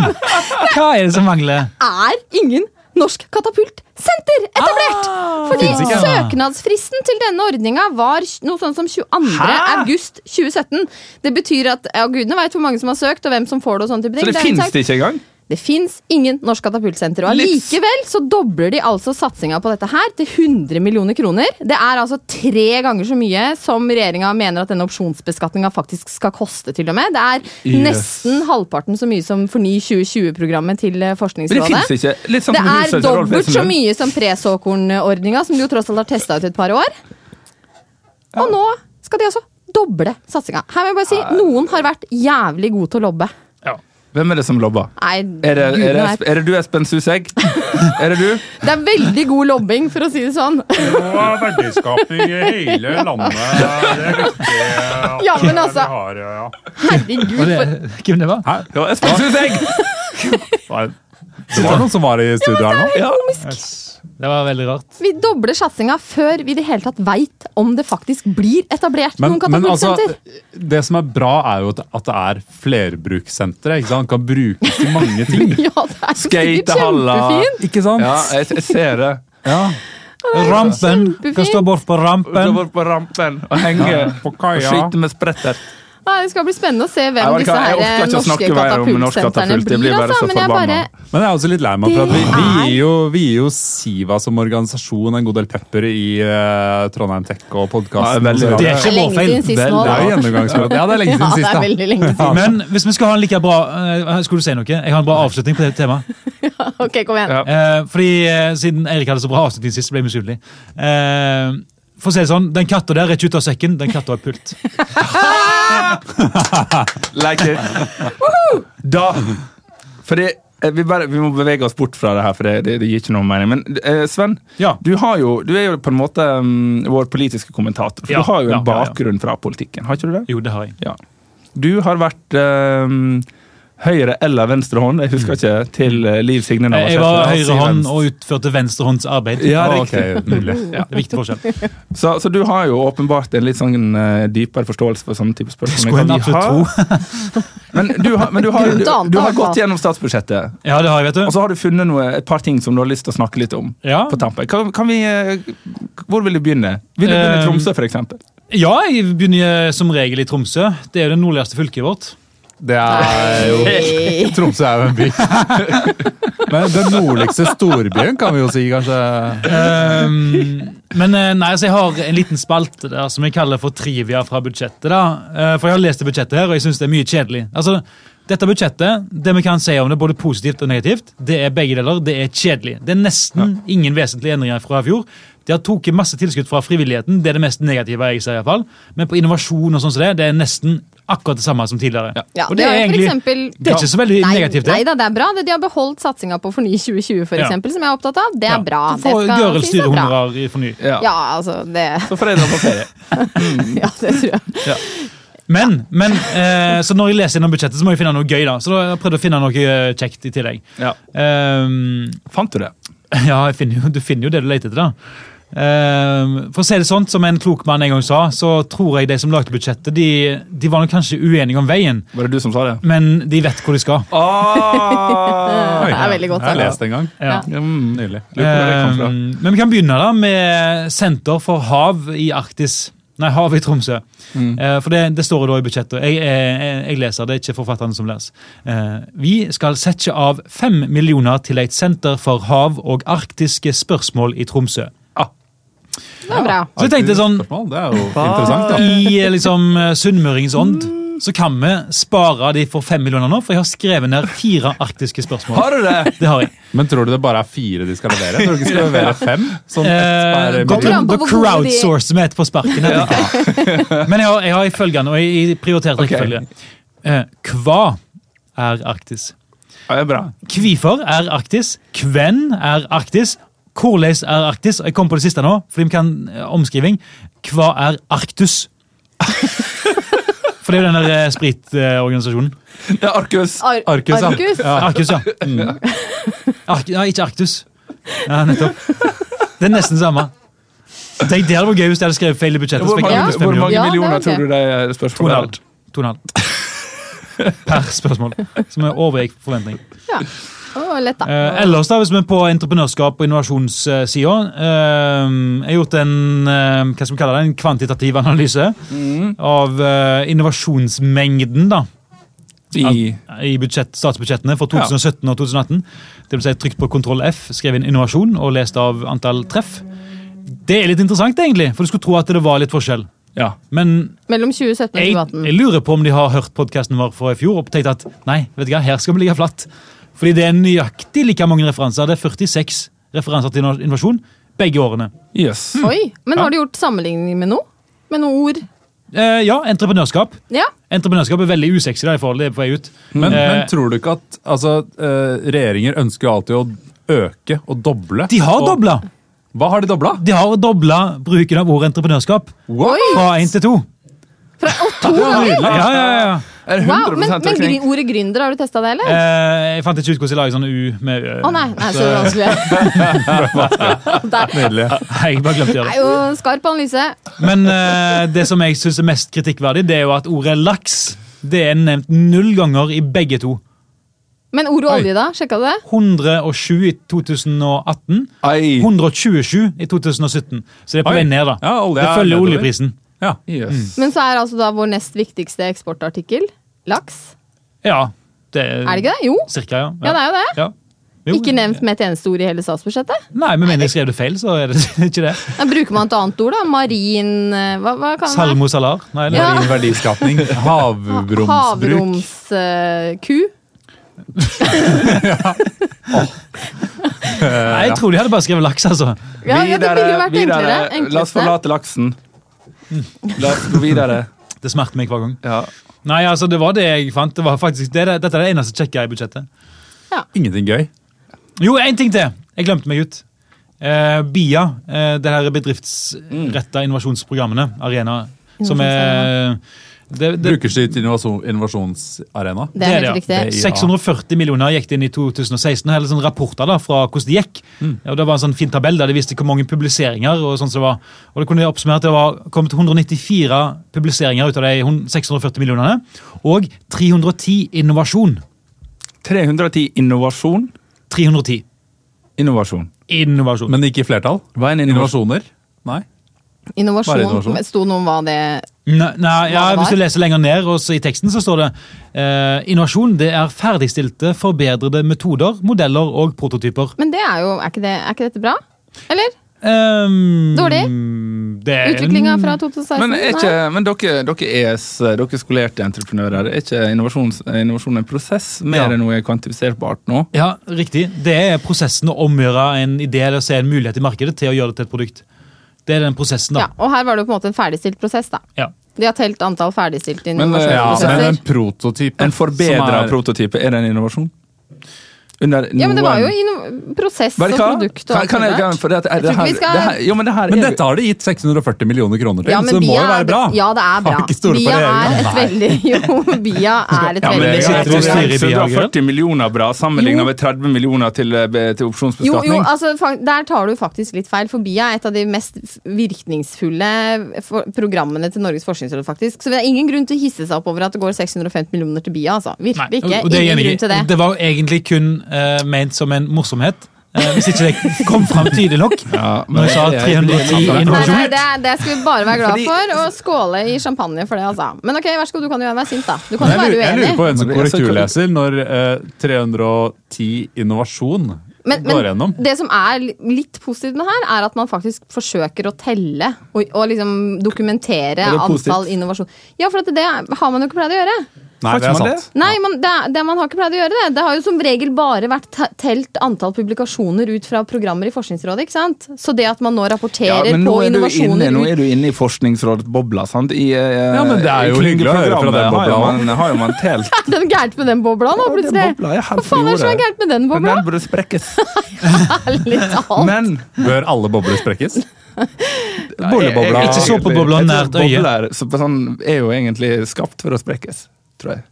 F: Hva er det som mangler?
G: Er ingen norsk katapultsenter etablert!
D: Ah!
G: fordi
E: Finnes ikke.
G: søknadsfristen til denne ordninga var noe sånn som 22. august 2017. Det betyr at ja, gudene vvet hvor mange som har søkt, og hvem som får det. og sånne type ting.
D: Så det
G: er
D: fins
G: intakt.
D: det ikke engang?
G: Det fins ingen norsk katapultsenter. Og
D: Litt-
G: allikevel så dobler de altså satsinga på dette her til 100 millioner kroner. Det er altså tre ganger så mye som regjeringa mener at denne opsjonsbeskatninga faktisk skal koste, til og med. Det er
E: Yes.
G: nesten halvparten så mye som Forny 2020-programmet til eh,
D: Men det
G: Forskningsrådet.
D: fins ikke. Litt sånn
G: Det
D: som
G: er
D: huset til Rolf
G: dobbelt så
D: Wesenlund.
G: mye som presåkornordninga, som de jo tross alt har testa ut et par år. Og nå skal de altså doble satsinga. Her må jeg bare si, noen har vært jævlig gode til å lobbe.
D: Ja. Hvem er det som lobber?
G: Nei,
D: Er det, er,
G: gudene
D: det,
G: vet.
D: er det du, Espen Susegg? Er det du?
G: Det er veldig god lobbing, for å si det sånn.
H: Og verdiskaping i hele landet. Det er viktig at
G: Ja, men altså-
H: vi har ja.
G: Herregud.
F: Og det,
G: For,
F: hvem det var?
D: Ja, Espen Susegg!
E: Det var noen som var i studio her nå.
D: Ja.
F: Det var veldig rart.
G: vi dobler satsinga før vi i det hele tatt veit om det faktisk blir etablert
E: Men,
G: noen
E: men altså,
G: katapultsenter.
E: det som er bra, er jo at at det er flerbrukssentre. ikke sant? Kan brukes til mange ting.
G: ja, det er sikkert
D: Skatehaller.
G: kjempefint.
E: Ikke sant?
D: Ja, jeg, jeg ser det.
F: Rampen.
G: kjempefint.
F: Hva står bort på rampen?
D: Over på rampen og henge
H: På
D: og
H: kaia.
D: skyte med spretter.
G: Nei, det skal bli spennende å se
D: Nei,
G: hvem
D: vet du
G: disse
D: hva, jeg
G: her eh,
D: orker ikke
G: norske
D: å snakke mer om norsk
G: katapultsentrene
D: katapult. Jeg
G: blir,
D: blir bare
G: altså.
D: så
G: Men jeg bare
D: forbanna.
E: Men jeg er også litt lei meg for at vi,
G: Det
E: vi,
G: er-
E: gir jo, vi gir jo Siva som organisasjon en god del pepper i eh, Trondheim Tech og
D: Ja,
E: podkasten.
D: veldig.
F: Det er
G: Det
F: ikke
G: er
F: vår
G: lenge
F: feil.
G: siden sist nå.
E: det er jo
G: da.
E: gjennomgangsmøte. Ja, det er lenge
G: Ja,
E: siden
G: det
E: sist,
G: er
E: da.
G: veldig lenge siden.
F: Men hvis vi skal ha en like bra eh, Skulle du si noe? Jeg har en bra avslutning på det temaet.
G: Ok, kom igjen.
D: Ja.
F: Eh, fordi eh, Siden Eirik hadde så bra avslutning sist, så ble jeg misunnelig. Eh, for å si det sånn, Den katta der er ikke ute av sekken, den katta har pult.
D: Like it. Da Fordi eh, vi, bare, vi må bevege oss bort fra det her, for det, det, det gir ikke noe mening. Men eh, Sven,
F: Ja.
D: du, har jo, du er jo på en måte mm, vår politiske kommentator. For
F: Ja,
D: du har jo en
F: ja, ja, ja.
D: bakgrunn fra politikken, har ikke du det?
F: Jo, det har jeg.
D: Ja. Du har vært eh, høyre- eller venstrehånd, jeg husker ikke, til eh, Liv
F: Eh,
D: Signe Navarsete.
F: Mm. Jeg var
D: Ja, si
F: høyre hånd
D: venstre.
F: og utførte venstre hånds arbeid.
D: Ja,
E: Ah,
D: riktig.
E: ok, nydelig.
F: Det er viktig forskjell.
D: Så, så du har jo åpenbart en litt sånn eh, dypere forståelse for sånne type spørsmål.
F: Skulle
D: enn hva
F: en
D: vi
F: absolutt
D: har. men du har, men du har, du,
G: Gudant,
D: du har
G: altså.
D: gått gjennom statsbudsjettet,
F: Ja, det har jeg,
D: og
F: vet du.
D: så har du funnet noe, et par ting som du har lyst til å snakke litt om.
F: Ja,
D: på tampen. Kan, kan vi, eh, hvor vil du begynne? Vil du begynne i
F: Eh,
D: Tromsø, for eksempel?
F: ja jeg begynner eh, som regel i Tromsø. Det er jo det nordligste fylket vårt.
E: Det er jo
G: Nei.
E: Tromsø er jo en by. Men den nordligste storbyen, kan vi jo si, kanskje.
F: Ehm, men eh, nei, altså jeg har en liten spalte der som jeg kaller for trivia fra budsjettet. da. Eh, For jeg har lest det budsjettet her, og jeg syns det er mye kjedelig. Altså, dette budsjettet, det vi kan si om det, både positivt og negativt, det er begge deler. Det er kjedelig. Det er nesten ingen vesentlige endringer fra i fjor. De har tatt masse tilskudd fra frivilligheten, det er det mest negative jeg ser. i hvert fall. Men på innovasjon og sånn som det, det er nesten akkurat det samme som tidligere.
G: Ja,
F: Og
G: det
F: det
G: har
F: er
G: jo for
F: egentlig
G: eksempel-
F: Det er ikke så veldig
G: Nei,
F: negativt,
G: nei
F: det.
G: da, det er bra. det. De har beholdt satsinga på Forny 2020, for
F: Ja.
G: eksempel, som jeg er opptatt av. Det er bra.
F: Så får
G: det
F: Gøril
G: sies er
F: styre
G: bra.
F: honorar i Forny.
G: Ja, altså det,
D: Så får jeg dra på ferie.
G: ja, det tror jeg.
F: Men, men eh, så når jeg leser gjennom budsjettet, så må jeg finne noe gøy. da. Så da har jeg prøvd å finne noe eh, kjekt i tillegg.
D: Ja.
F: Ehm,
D: Fant du det?
F: ja, jeg finner jo, du finner jo det du leter etter, da. Ehm, for å si det sånn, Som en klok mann en gang sa, så tror jeg de som lagde budsjettet, de, de var nok kanskje uenige om veien,
D: Var det du som sa det?
F: men de vet hvor de skal.
D: Ah!
G: Det er veldig godt
E: Jeg har
G: sagt.
E: lest det en gang.
F: Ja.
D: Mm, nydelig. Lurer på hvor det kom fra.
F: Ehm, men vi kan begynne da med Senter for hav i Arktis. Nei, hav i Tromsø.
D: Mm.
F: Eh, for det, det står jo da i budsjettet. Jeg, eh, jeg, jeg leser, det er ikke forfatteren som leser. Eh, vi skal sette av fem millioner til et senter for hav og arktiske spørsmål i Tromsø. Ah,
G: Det var bra.
F: så jeg tenkte sånn,
E: Spørsmål, Det er jo interessant, da.
F: i eh, liksom eh, sunnmøringens ånd så kan vi spare de for fem millioner nå, for jeg har skrevet ned fire arktiske spørsmål.
D: Har du det?
F: Det har jeg.
E: Men tror du det bare er fire de skal levere? Tror du ikke de skal levere fem? Sånn ett per
F: Eh,
G: kommer
E: million?
G: an på
F: Da
G: hvor gode de-
F: crowdsourcer vi et på sparken. her, tenker jeg. Men jeg har, jeg har i følgende, og i i prioritert rekkefølge. Eh, hva er Arktis?
D: Ja, det er bra.
F: Hvorfor er Arktis? Hvem er Arktis? Hvordan er Arktis? Jeg kom på det siste nå, fordi vi kan eh, omskriving. Hva er Arktus? For det er jo den der eh, spritorganisasjonen.
D: Det er Arkus.
G: Ar
E: Arkus, ja.
G: Arkus?
F: Arkus, ja. Ark ja, ikke Arktus. Ja, nettopp. Det er nesten samme. Tenk, det hadde vært gøy hvis jeg hadde skrevet feil i budsjettet. så
D: Hvor
F: fikk
D: mange,
F: jeg
G: Ja.
F: minus fem
D: hvor
F: millioner.
D: mange
G: Ja, det er
D: millioner
G: ok.
D: tror du det er
F: To og
D: spørsmålet
F: en
D: er?
F: halv. To og en halv. Per spørsmål. Som er overgikk forventning.
G: Ja. Å, lett, da.
F: Eh, ellers, da, hvis vi er på entreprenørskap og innovasjonssida eh, Jeg har gjort en eh, hva skal vi kalle det, en kvantitativ analyse
D: Mm.
F: av eh, innovasjonsmengden da,
D: I
F: i budsjett, statsbudsjettene for 2017 og 2018. Det vil si trykt på kontroll F, skrev inn innovasjon og lest av antall treff. Det er litt interessant, egentlig, for du skulle tro at det var litt forskjell.
D: Ja.
F: Men
G: Mellom 2017 og
F: jeg,
G: 2018.
F: jeg lurer på om de har hørt podkasten vår fra i fjor og tenkt at nei, vet du hva, her skal vi ligge flatt. Fordi det er nøyaktig like mange referanser. Det er 46 referanser til inno- innovasjon begge årene.
D: Yes.
G: Oi, Men har du gjort sammenligning med noe? Med noe ord?
F: Eh, ja, entreprenørskap.
G: Ja.
F: Entreprenørskap er veldig usexy da, i forhold til det på vei ut.
E: Men,
F: Eh,
E: men tror du ikke at altså, eh, regjeringer ønsker jo alltid å øke og doble?
F: de har
E: Og-
F: dobla!
E: Hva har de dobla?
F: De har dobla bruken av ordet entreprenørskap
E: What?
F: fra én til to.
G: Fra, og to ganger!
F: Ja, ja, ja, ja.
D: Er det
G: Wow,
D: 100
G: men, men
D: økning?
G: gry- ordet gründer, har du testa det, eller?
F: Eh, jeg fant ikke ut hvordan jeg lager sånn U med Ø.
G: Å nei, nei, så vanskelig. Der.
E: Nydelig.
F: Nei, jeg bare glemte å gjøre det.
G: Det er jo en skarp analyse.
F: Men eh, det som jeg syns er mest kritikkverdig, det er jo at ordet laks det er nevnt null ganger i begge to.
G: Men ord og olje, da? Sjekka du det?
F: 107 i 2018,
D: Ei.
F: 127 i 2017. Så det er på
E: Oi.
F: vei ned, da.
E: Ja, olje
F: det
E: er
F: følger
E: nedover.
F: oljeprisen.
E: Ja.
D: Yes.
G: Men så er altså da vår nest viktigste eksportartikkel laks.
F: Ja, det
G: Er det ikke det? Jo.
F: Cirka, ja.
G: Ja, det er jo det.
F: Ja. Jo.
G: Ikke nevnt med et eneste ord i hele statsbudsjettet.
F: Nei, men mener jeg skrev det feil, så er det ikke det.
G: Da bruker man et annet ord, da. Marin eh, Hva, hva kan det være?
F: Salmosalar. Nei, eller?
G: Ja.
E: Marin verdiskapning. Havromsbruk.
G: Havromsku.
E: Eh,
F: Nei, jeg tror de hadde bare skrevet laks, altså.
G: Ja, ja, det ville vært enklere.
D: videre. La oss
G: Enkleste.
D: forlate laksen. La oss gå videre.
F: Det smerter meg hver gang.
D: Ja.
F: Nei, altså, det var det jeg fant. Det var faktisk, det, er det- dette er det eneste kjekke i budsjettet.
E: Ingenting gøy.
F: Jo, én ting til. Jeg glemte meg ut. Eh, BIA, eh, det her bedriftsretta innovasjonsprogrammene, Arena, som er det, det,
E: Brukerstyrt innovasjon, innovasjonsarena.
G: Det er helt
F: det, ja.
G: riktig.
E: Det-
F: 640 millioner gikk det inn i 2016. og Hele sånne rapporter da, fra hvordan det gikk. Og det var en sånn fin tabell der de viste hvor mange publiseringer. Og sånn som det var. Og det kunne de oppsummere at det var kommet 194 publiseringer ut av de hun- 640 millionene. Og 310 innovasjon.
D: 310 innovasjon.
F: 310
D: Innovasjon.
F: innovasjon.
E: Men ikke i flertall?
D: Hva er en innovasjon?
E: Innovasjoner? Nei. Bare
G: Innovasjon.
E: innovasjon.
G: Sto noe om hva det
F: Nei, nei ja,
G: Hva det var?
F: Hvis du leser lenger ned og så i teksten, så står det eh, innovasjon det er ferdigstilte, forbedrede metoder, modeller og prototyper.
G: Men det er jo Er ikke, det, er ikke dette bra? Eller?
F: Um,
G: Dårlig?
F: Det er,
G: Utviklinga fra 2016?
D: Men, er ikke,
G: Nei.
D: men dere, dere er s- eh, dere er skolerte entreprenører. Er ikke innovasjons, innovasjon en prosess
F: Ja.
D: mer enn noe kvantifiserbart nå?
F: Ja, riktig. Det er prosessen å omgjøre en idé eller se en mulighet i markedet til å gjøre det til et produkt. Det er den prosessen,
G: Ja,
F: da.
G: og her var det jo på en måte en ferdigstilt prosess, da.
F: Ja.
G: De har telt antall ferdigstilte
D: Men, eh,
E: Ja,
D: Prosesser.
E: men
G: innovasjonsprosesser.
E: en prototype
D: En forbedra
E: som er-
D: prototype, er det en innovasjon? Under
G: Ja, men det var jo
D: noen-
G: inno- prosess og
D: Vet du hva?
G: produkt og
D: Kan- kan jeg- kan- for det at-
G: Jeg
D: det
G: tror ikke
D: her-
G: vi skal-
D: det her- Jo, men det her
E: Men
D: er
E: dette har de gitt 640 millioner kroner til,
G: Ja, men
E: så det må
G: BIA
E: jo være
G: er-
E: bra.
G: Ja, det er
E: Har
G: bra.
E: ikke store på
G: Bia er
E: regjeringen.
G: et veldig Jo, Bia er et
E: Ja, men det
G: veldig
D: det
E: er Jeg
D: er jo
E: tror det
F: er i bidraget.
D: 640 millioner bra, sammenlignet
G: Jo.
D: med 30 millioner til, eh,
G: jo,
D: til
G: jo,
D: opsjonsbeskatning.
G: altså, fa- der tar du faktisk litt feil, for BIA er et av de mest virkningsfulle for programmene til Norges forskningsråd, faktisk. Så det er ingen grunn til å hisse seg opp over at det går 650 millioner til BIA, altså.
F: Nei,
G: Virkelig
F: og-
G: ikke.
F: og det er jeg
G: Ingen
F: enig i.
G: grunn til det.
F: det var jo egentlig kun eh, ment som en morsomhet. eh, hvis ikke det kom fram tydelig nok.
D: Ja, men
F: når jeg sa
D: jeg-
F: 310
G: Nei, nei,
F: innovasjon.
G: det, det skal vi bare være glad for, og skåle i champagne for det, altså. Men ok, vær så god, du kan jo være sint, da. Du kan
E: Men
G: jo
E: Jeg
G: være
E: lurer, jeg lurer
G: uenig.
E: på hvem som
D: Men det er så
E: korrekturleser når eh, 310 innovasjon
G: Men,
E: går gjennom.
G: men det som er li- litt positivt med det her, er at man faktisk forsøker å telle og, og liksom dokumentere
D: det positivt?
G: antall innovasjon. Ja, for at det har man jo ikke pleid å gjøre.
E: Nei,
D: Har
E: det
D: ikke
E: er
D: man det?
E: sant.
G: Nei, men det, er- det man har ikke pleid å gjøre det. Det har jo som regel bare vært te- telt antall publikasjoner ut fra programmer i Forskningsrådet, ikke sant? Så det at man nå rapporterer
D: men nå
G: på
D: er, du inne,
G: innovasjoner
D: nå
G: ut-
D: er du inne i Forskningsrådsbobla, sant? I, eh,
E: Ja, men det er
D: i
E: jo hyggelig å høre fra
D: klyngeprogrammet
E: den
D: har jo
E: bobla.
D: man- Har jo man telt
G: Er det noe gærent med den bobla nå,
D: Ja, den
G: plutselig?
D: bobla er helt
G: Hva faen er det som er
D: fjorde.
G: gærent med den
D: Men
G: bobla?
D: den burde sprekkes.
G: Ærlig talt.
D: Men
E: Bør alle bobler sprekkes?
D: bollebobla
F: Ikke så på bobla nært øyet.
D: Bobler så, sånn, er jo egentlig skapt for å sprekkes, tror jeg.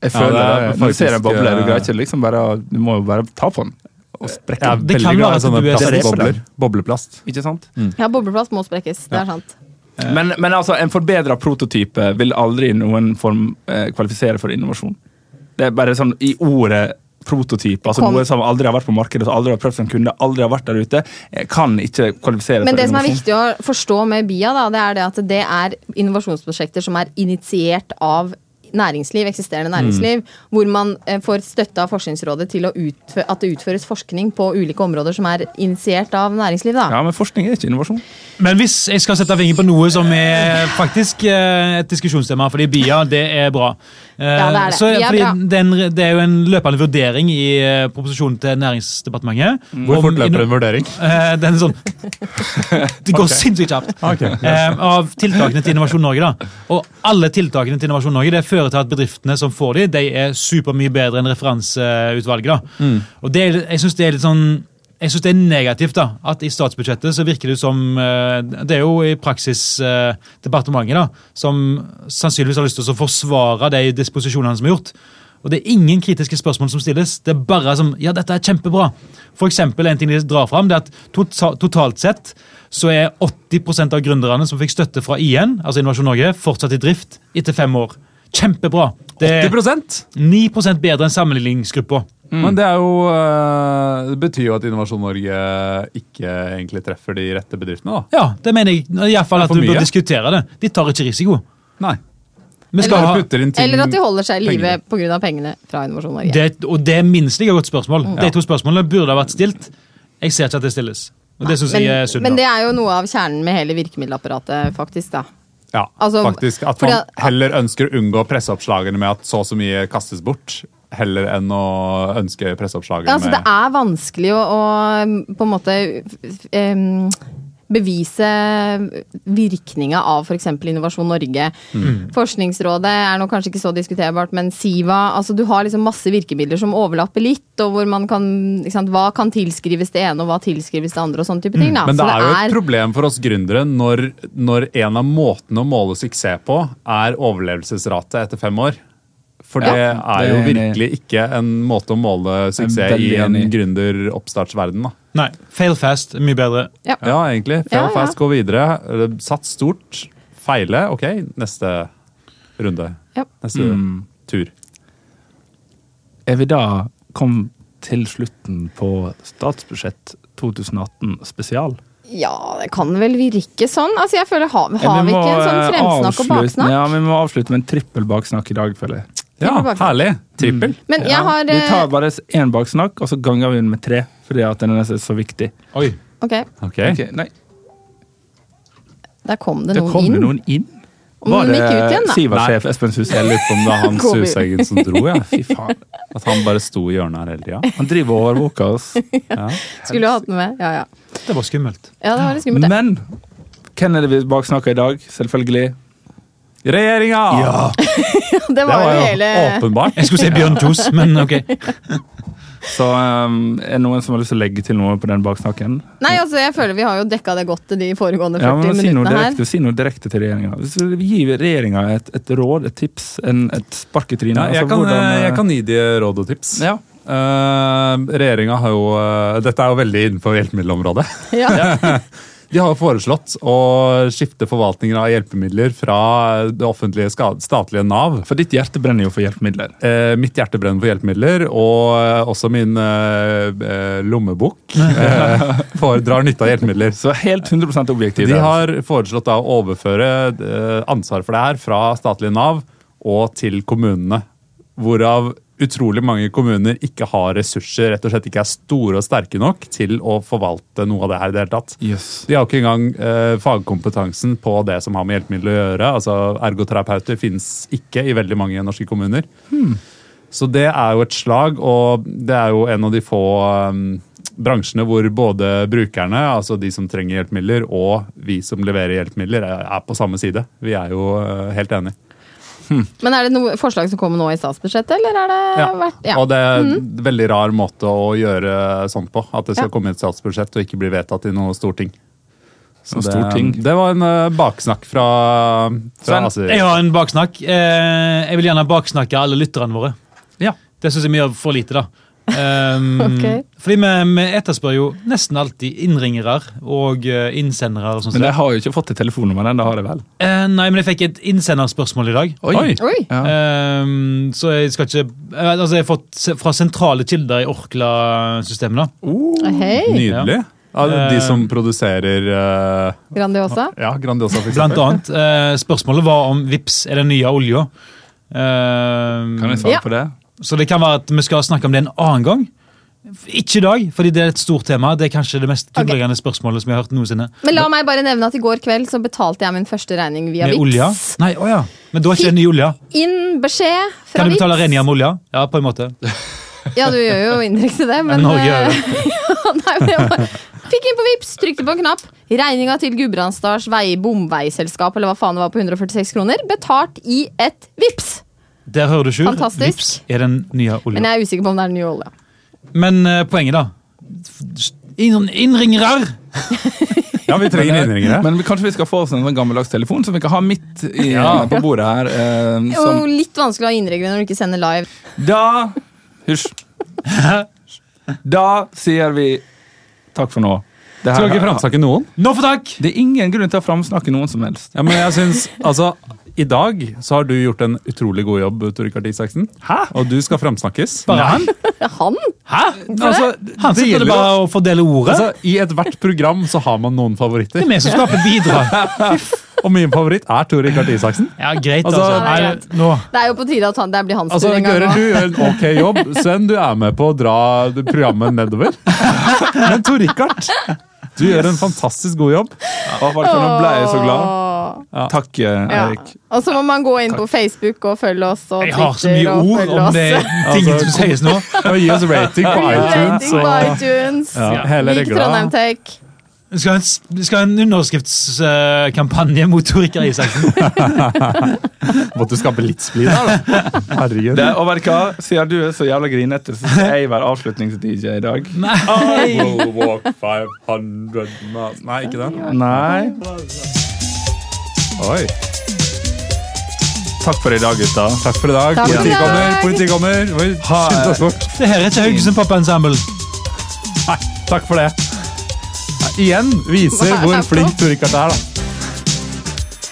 D: Jeg
E: Ja,
D: føler
E: det er
D: det. Når du ser en
E: faktisk,
D: boble, du
E: eh,
D: greier ikke liksom bare å- Du må jo bare ta på den og
E: Jeg
D: sprekke
E: er
D: den.
F: Det
E: veldig
F: kan Mm. være
E: glad i
F: at
E: sånne
F: du er
E: plastbobler. Bobleplast.
D: Ikke sant?
G: Ja, bobleplast må sprekkes. Det er sant.
D: Men, men altså, en forbedra prototype vil aldri i noen form eh, kvalifisere for innovasjon. Det er bare sånn i ordet prototyp, altså
G: Kom.
D: noe som aldri har vært på markedet, som aldri har prøvd som kunde, aldri har vært der ute, eh, kan ikke kvalifisere
G: Men
D: for
G: det som er
D: innovasjon.
G: viktig å forstå med BIA, da, det er det at det er innovasjonsprosjekter som er initiert av næringsliv, eksisterende næringsliv, hvor man eh, får støtte av Forskningsrådet til å utfø at det utføres forskning på ulike områder som er initiert av næringsliv. Da.
D: Ja, men forskning er ikke innovasjon.
F: Men hvis jeg skal sette fingeren på noe som er faktisk eh, et diskusjonstema, fordi BIA, det er bra. Eh,
G: Ja, det er det.
F: Så,
G: BIA er
F: fordi
G: bra.
F: den, det er jo en løpende vurdering i eh, proposisjonen til Næringsdepartementet.
E: Hvor
F: om
E: fort løper
F: inno-
E: en vurdering?
F: Eh, den er sånn Det går sinnssykt kjapt. Eh, av tiltakene til Innovasjon Norge, da. Og alle tiltakene til Innovasjon Norge det fører til at bedriftene som får de, de er supermye bedre enn referanseutvalget. da. Og det, er- jeg synes det er litt sånn jeg synes det er negativt da, at i statsbudsjettet så virker det som eh, Det er jo i praksis eh, departementet da, som sannsynligvis har lyst til å forsvare de disposisjonene som er gjort. Og det er ingen kritiske spørsmål som stilles. Det er bare som Ja, dette er kjempebra. For eksempel, en ting de drar fram, det er at tota- totalt sett så er 80 av gründerne som fikk støtte fra IN, altså Innovasjon Norge, fortsatt i drift etter fem år. Kjempebra. Det er
E: 80
F: 9 bedre enn sammenligningsgruppa.
E: Men det er jo eh, Det betyr jo at Innovasjon Norge ikke egentlig treffer de rette bedriftene, da.
F: Ja, det mener jeg iallfall at
E: for
F: du bør
E: mye.
F: diskutere det. De tar ikke risiko.
E: Nei.
F: Vi skal
E: Bare
F: ha,
E: putter inn ting-
G: Eller at de holder seg i live
E: penger.
G: pga. pengene fra Innovasjon Norge.
F: det, og det er minst like godt spørsmål. De to spørsmålene burde ha vært stilt. Jeg ser ikke at det stilles. Og det synes
G: men,
F: jeg er synd.
G: men
F: da.
G: det er jo noe av kjernen med hele virkemiddelapparatet, faktisk. da.
E: Ja,
G: Altså,
E: faktisk. At
G: fordi
E: man
G: at-
E: heller ønsker å unngå presseoppslagene med at så og så mye kastes bort, heller enn å ønske presseoppslagene
G: Ja, altså, det
E: med
G: er vanskelig å, å på en måte em, Bevise virkninga av f.eks. Innovasjon Norge. Forskningsrådet er nå kanskje ikke så diskuterbart, men Siva altså Du har liksom masse virkemidler som overlapper litt, og hvor man kan ikke sant, Hva kan tilskrives det ene, og hva tilskrives det andre, og sånne type ting. Da.
E: Men det
G: Så
E: er jo et problem for oss gründere når, når en av måtene å måle suksess på er overlevelsesrate etter fem år. For det
D: det
E: er
D: er
E: jo
D: jeg enig i.
E: virkelig ikke en måte å måle
D: Jeg er
E: suksess i
D: veldig
E: en
D: enig i.
E: gründer-oppstartsverden. da.
F: Nei, fail fast er mye bedre.
G: ja.
E: Ja, egentlig. Fail
G: Ja, ja.
E: fast, gå videre. Eh, Sats stort. Feile. Ok, neste runde.
G: Ja.
E: Neste
D: Mm.
E: tur.
D: Er vi da kom til slutten på statsbudsjett 2018 spesial?
G: ja, det kan vel virke sånn. Altså, jeg føler, Har, har vi ikke en sånn
D: eh,
G: fremsnakk og
D: avslutte-
G: baksnakk?
D: Ja, vi må avslutte med en trippel baksnakk i dag, føler jeg.
E: Ja,
G: Trippel baksnakk.
E: herlig. Trippel.
G: Men jeg har
D: Vi
G: eh,
D: tar bare én baksnakk, og så ganger vi den med tre. Fordi at den er nesten så viktig.
F: Oi.
G: Ok,
E: Ok.
D: Ok, nei,
G: der kom det
D: det
G: noen
D: kom
G: inn.
D: det noen inn.
G: Om de gikk ut igjen, da.
D: Siva-sjef Espen Sus?
E: Jeg lurer på om det er han
G: Går vi.
E: Suseggen som dro, ja.
D: Fy faen.
E: At han bare sto i hjørnet her hele tida.
D: Han driver og overvåker oss.
G: Skulle du hatt den med? Ja, ja.
F: Det var skummelt.
G: Ja, det var litt skummelt. det.
D: Men hvem er det vi baksnakker i dag? Selvfølgelig.
E: Regjeringa!
G: Det
E: Det
G: var
E: var
G: jo
E: jo
G: hele
E: åpenbart.
F: Jeg skulle si Bjørn Kjos, men ok.
D: Så um, er det noen som har lyst til å legge til noe på den baksnakken?
G: Nei, altså, jeg føler vi har jo dekka det godt de foregående 40
D: Ja, men si noe
G: minuttene
D: direkte,
G: her.
D: si noe direkte til regjeringa. Gi regjeringa et, et råd, et tips, en, et spark i trynet.
E: Ja, jeg,
D: altså,
E: kan,
D: hvordan, eh,
E: jeg kan gi de råd og tips.
D: Ja.
E: Regjeringa har jo eh, Dette er jo veldig innenfor hjelpemiddelområdet.
G: Ja.
E: De har jo foreslått å skifte forvaltningen av hjelpemidler fra det offentlige ska- statlige Nav.
D: For ditt hjerte brenner jo for hjelpemidler.
E: Eh, mitt hjerte brenner for hjelpemidler, og eh, også min eh, eh, lommebok eh, får, drar nytte av hjelpemidler.
D: Så helt 100 objektiv.
E: De
D: der.
E: har foreslått da å overføre eh, ansvar for det her fra statlige Nav og til kommunene. Hvorav utrolig mange kommuner ikke har ressurser, rett og slett ikke er store og sterke nok til å forvalte noe av det her i det hele tatt.
D: Yes.
E: De har ikke engang eh, fagkompetansen på det som har med hjelpemidler å gjøre. Altså Ergoterapeuter finnes ikke i veldig mange norske kommuner. Så det er jo et slag, og det er jo en av de få eh, bransjene hvor både brukerne, altså de som trenger hjelpemidler, og vi som leverer hjelpemidler, er er på samme side. Vi er jo eh, helt enige.
G: Men er det noe forslag som kommer nå i statsbudsjettet, eller er det
E: Ja.
G: vært ja. Hmm.
E: Og det er en veldig rar måte å gjøre sånt på. At det skal
G: Ja.
E: komme i et statsbudsjett og ikke bli vedtatt i noe storting. Så
D: Noe
E: det,
D: storting.
E: det var en eh, baksnakk fra, fra
D: Sven,
E: Asir.
F: Jeg har en baksnakk. Eh, jeg vil gjerne baksnakke alle lytterne våre.
E: Ja.
F: Det syns jeg vi gjør for lite, da. Um,
G: Ok.
F: Fordi vi, vi etterspør jo nesten alltid innringere og eh, innsendere. og sånt.
D: Men jeg har jo ikke fått et telefonnummer ennå, har jeg vel?
F: Eh, nei, men jeg fikk et innsenderspørsmål i dag.
D: Oi!
G: Oi.
D: Ja.
F: Ehm, så jeg skal ikke eh, Altså, jeg har fått se- fra sentrale kilder i Orkla-systemet, da.
G: Hei,
E: Nydelig. Ja. de
F: Eh,
E: som produserer eh,
G: Grandiosa.
E: ja, Grandiosa, for
F: Blant
E: eksempel.
F: annet. eh, spørsmålet var om vips er den nye olja. Ehm,
D: Kan jeg svare
G: Ja.
D: på det?
F: så det kan være at vi skal snakke om det en annen gang. Ikke i dag, fordi det er et stort tema. Det er kanskje det mest
G: Ok.
F: grunnleggende spørsmålet som jeg har hørt noensinne.
G: Men la meg bare nevne at i går kveld så betalte jeg min første regning via
F: Med olja?
G: Vipps.
F: Nei, åja. Men da er ikke det ny olja.
G: Inn beskjed fra
F: Kan du
G: Vipps.
F: betale regninga med olja? Ja, på en måte.
G: Ja, du gjør jo indirekte det, men
F: Norge gjør
G: eh, Nei, men jeg bare Fikk inn på Vipps, trykte på en knapp. Regninga til Gudbrandsdals vei, bomveiselskap eller hva faen det var på 146 kroner, betalt i et Vipps.
F: Der hører du, Sjur.
G: Fantastisk.
F: Vips er den nye olja. Men,
G: Men eh, jeg er usikker på om det er den nye olja.
F: eh, poenget, da. Inn, innringere!
E: Ja, vi trenger innringere.
D: Men kanskje vi skal få oss en sånn gammeldags telefon som vi kan ha midt i, på bordet her. eh,
G: Det er
D: som,
G: jo litt vanskelig å ha innringere når du ikke sender live.
D: da Hysj. Da sier vi takk for nå. Det, her-
E: Skal ikke framsnakke noen?
F: Nå for takk!
D: det er ingen grunn til å framsnakke noen som helst.
E: Ja, men jeg synes, altså, I dag så har du gjort en utrolig god jobb, Tor Rikard Isaksen. Hæ? Og du skal framsnakkes.
F: Bare han?
G: Han?
F: Hæ?
E: Altså,
F: Han
E: det gjelder
F: sitter
E: jo-
F: bare og fordeler ordet.
E: Altså, I ethvert program så har man noen favoritter.
F: det er vi som skaper bidrag.
E: Og min favoritt er Tor Rikard Isaksen.
F: Ja, greit,
E: Altså,
F: altså.
G: Ja, det er
F: Nei, nå.
G: Det er jo på tide at han, det blir hans
E: Altså,
G: tur en gang.
E: Gøran,
G: nå.
E: du gjør en ok jobb. Sven, du er med på å dra det programmet nedover. Men Tor Rikard, du gjør en fantastisk god jobb.
D: Hva var det for noe? Ble jeg så glad?
G: Åh,
D: Takk, eh,
G: Ja.
D: Erik.
G: Og så må man gå inn på Facebook og følge oss. Og
F: Jeg har så mye
G: Twitter og
F: ord
G: følge
F: om
G: oss.
F: det
E: Altså-
F: tingene som sies nå.
E: Og gi oss rating på iTunes.
G: Rating på
E: Og
G: iTunes.
E: ja, hele
G: Lik
E: regla.
G: Trondheim Tech.
F: Vi skal ha en, s- vi skal ha en underskriftskampanje mot Tor Rikard Isaksen.
E: Måtte du skape litt splid her, da. Herregud.
D: Det, og vet du hva? Siden du er så jævla grinete, så skal jeg være avslutnings-DJ i dag.
E: Walk 500 Nei, ikke den.
D: Nei.
E: Oi.
D: Takk for i dag, gutta.
E: Takk for i dag.
G: Takk for i
E: Politiet
G: dag.
E: kommer. Politiet kommer. Oi, Skynd oss bort.
F: Det her er ikke Haugesund Pop Ensemble.
E: Nei, takk for det. Nei, igjen viser hvor flink Tor Rikard er, da.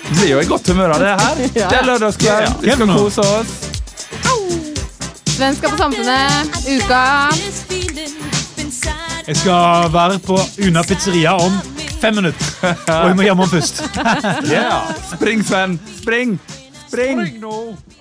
D: Blir jo i godt humør av det her. Det er lørdagskveld. Vi skal kose oss.
G: Svenska på Samfunnet, uka.
F: Jeg skal være på Una Pizzeria om fem minutter. Og jeg må hjem om først.
D: Spring, Sven. Spring. Spring.
E: Spring nå!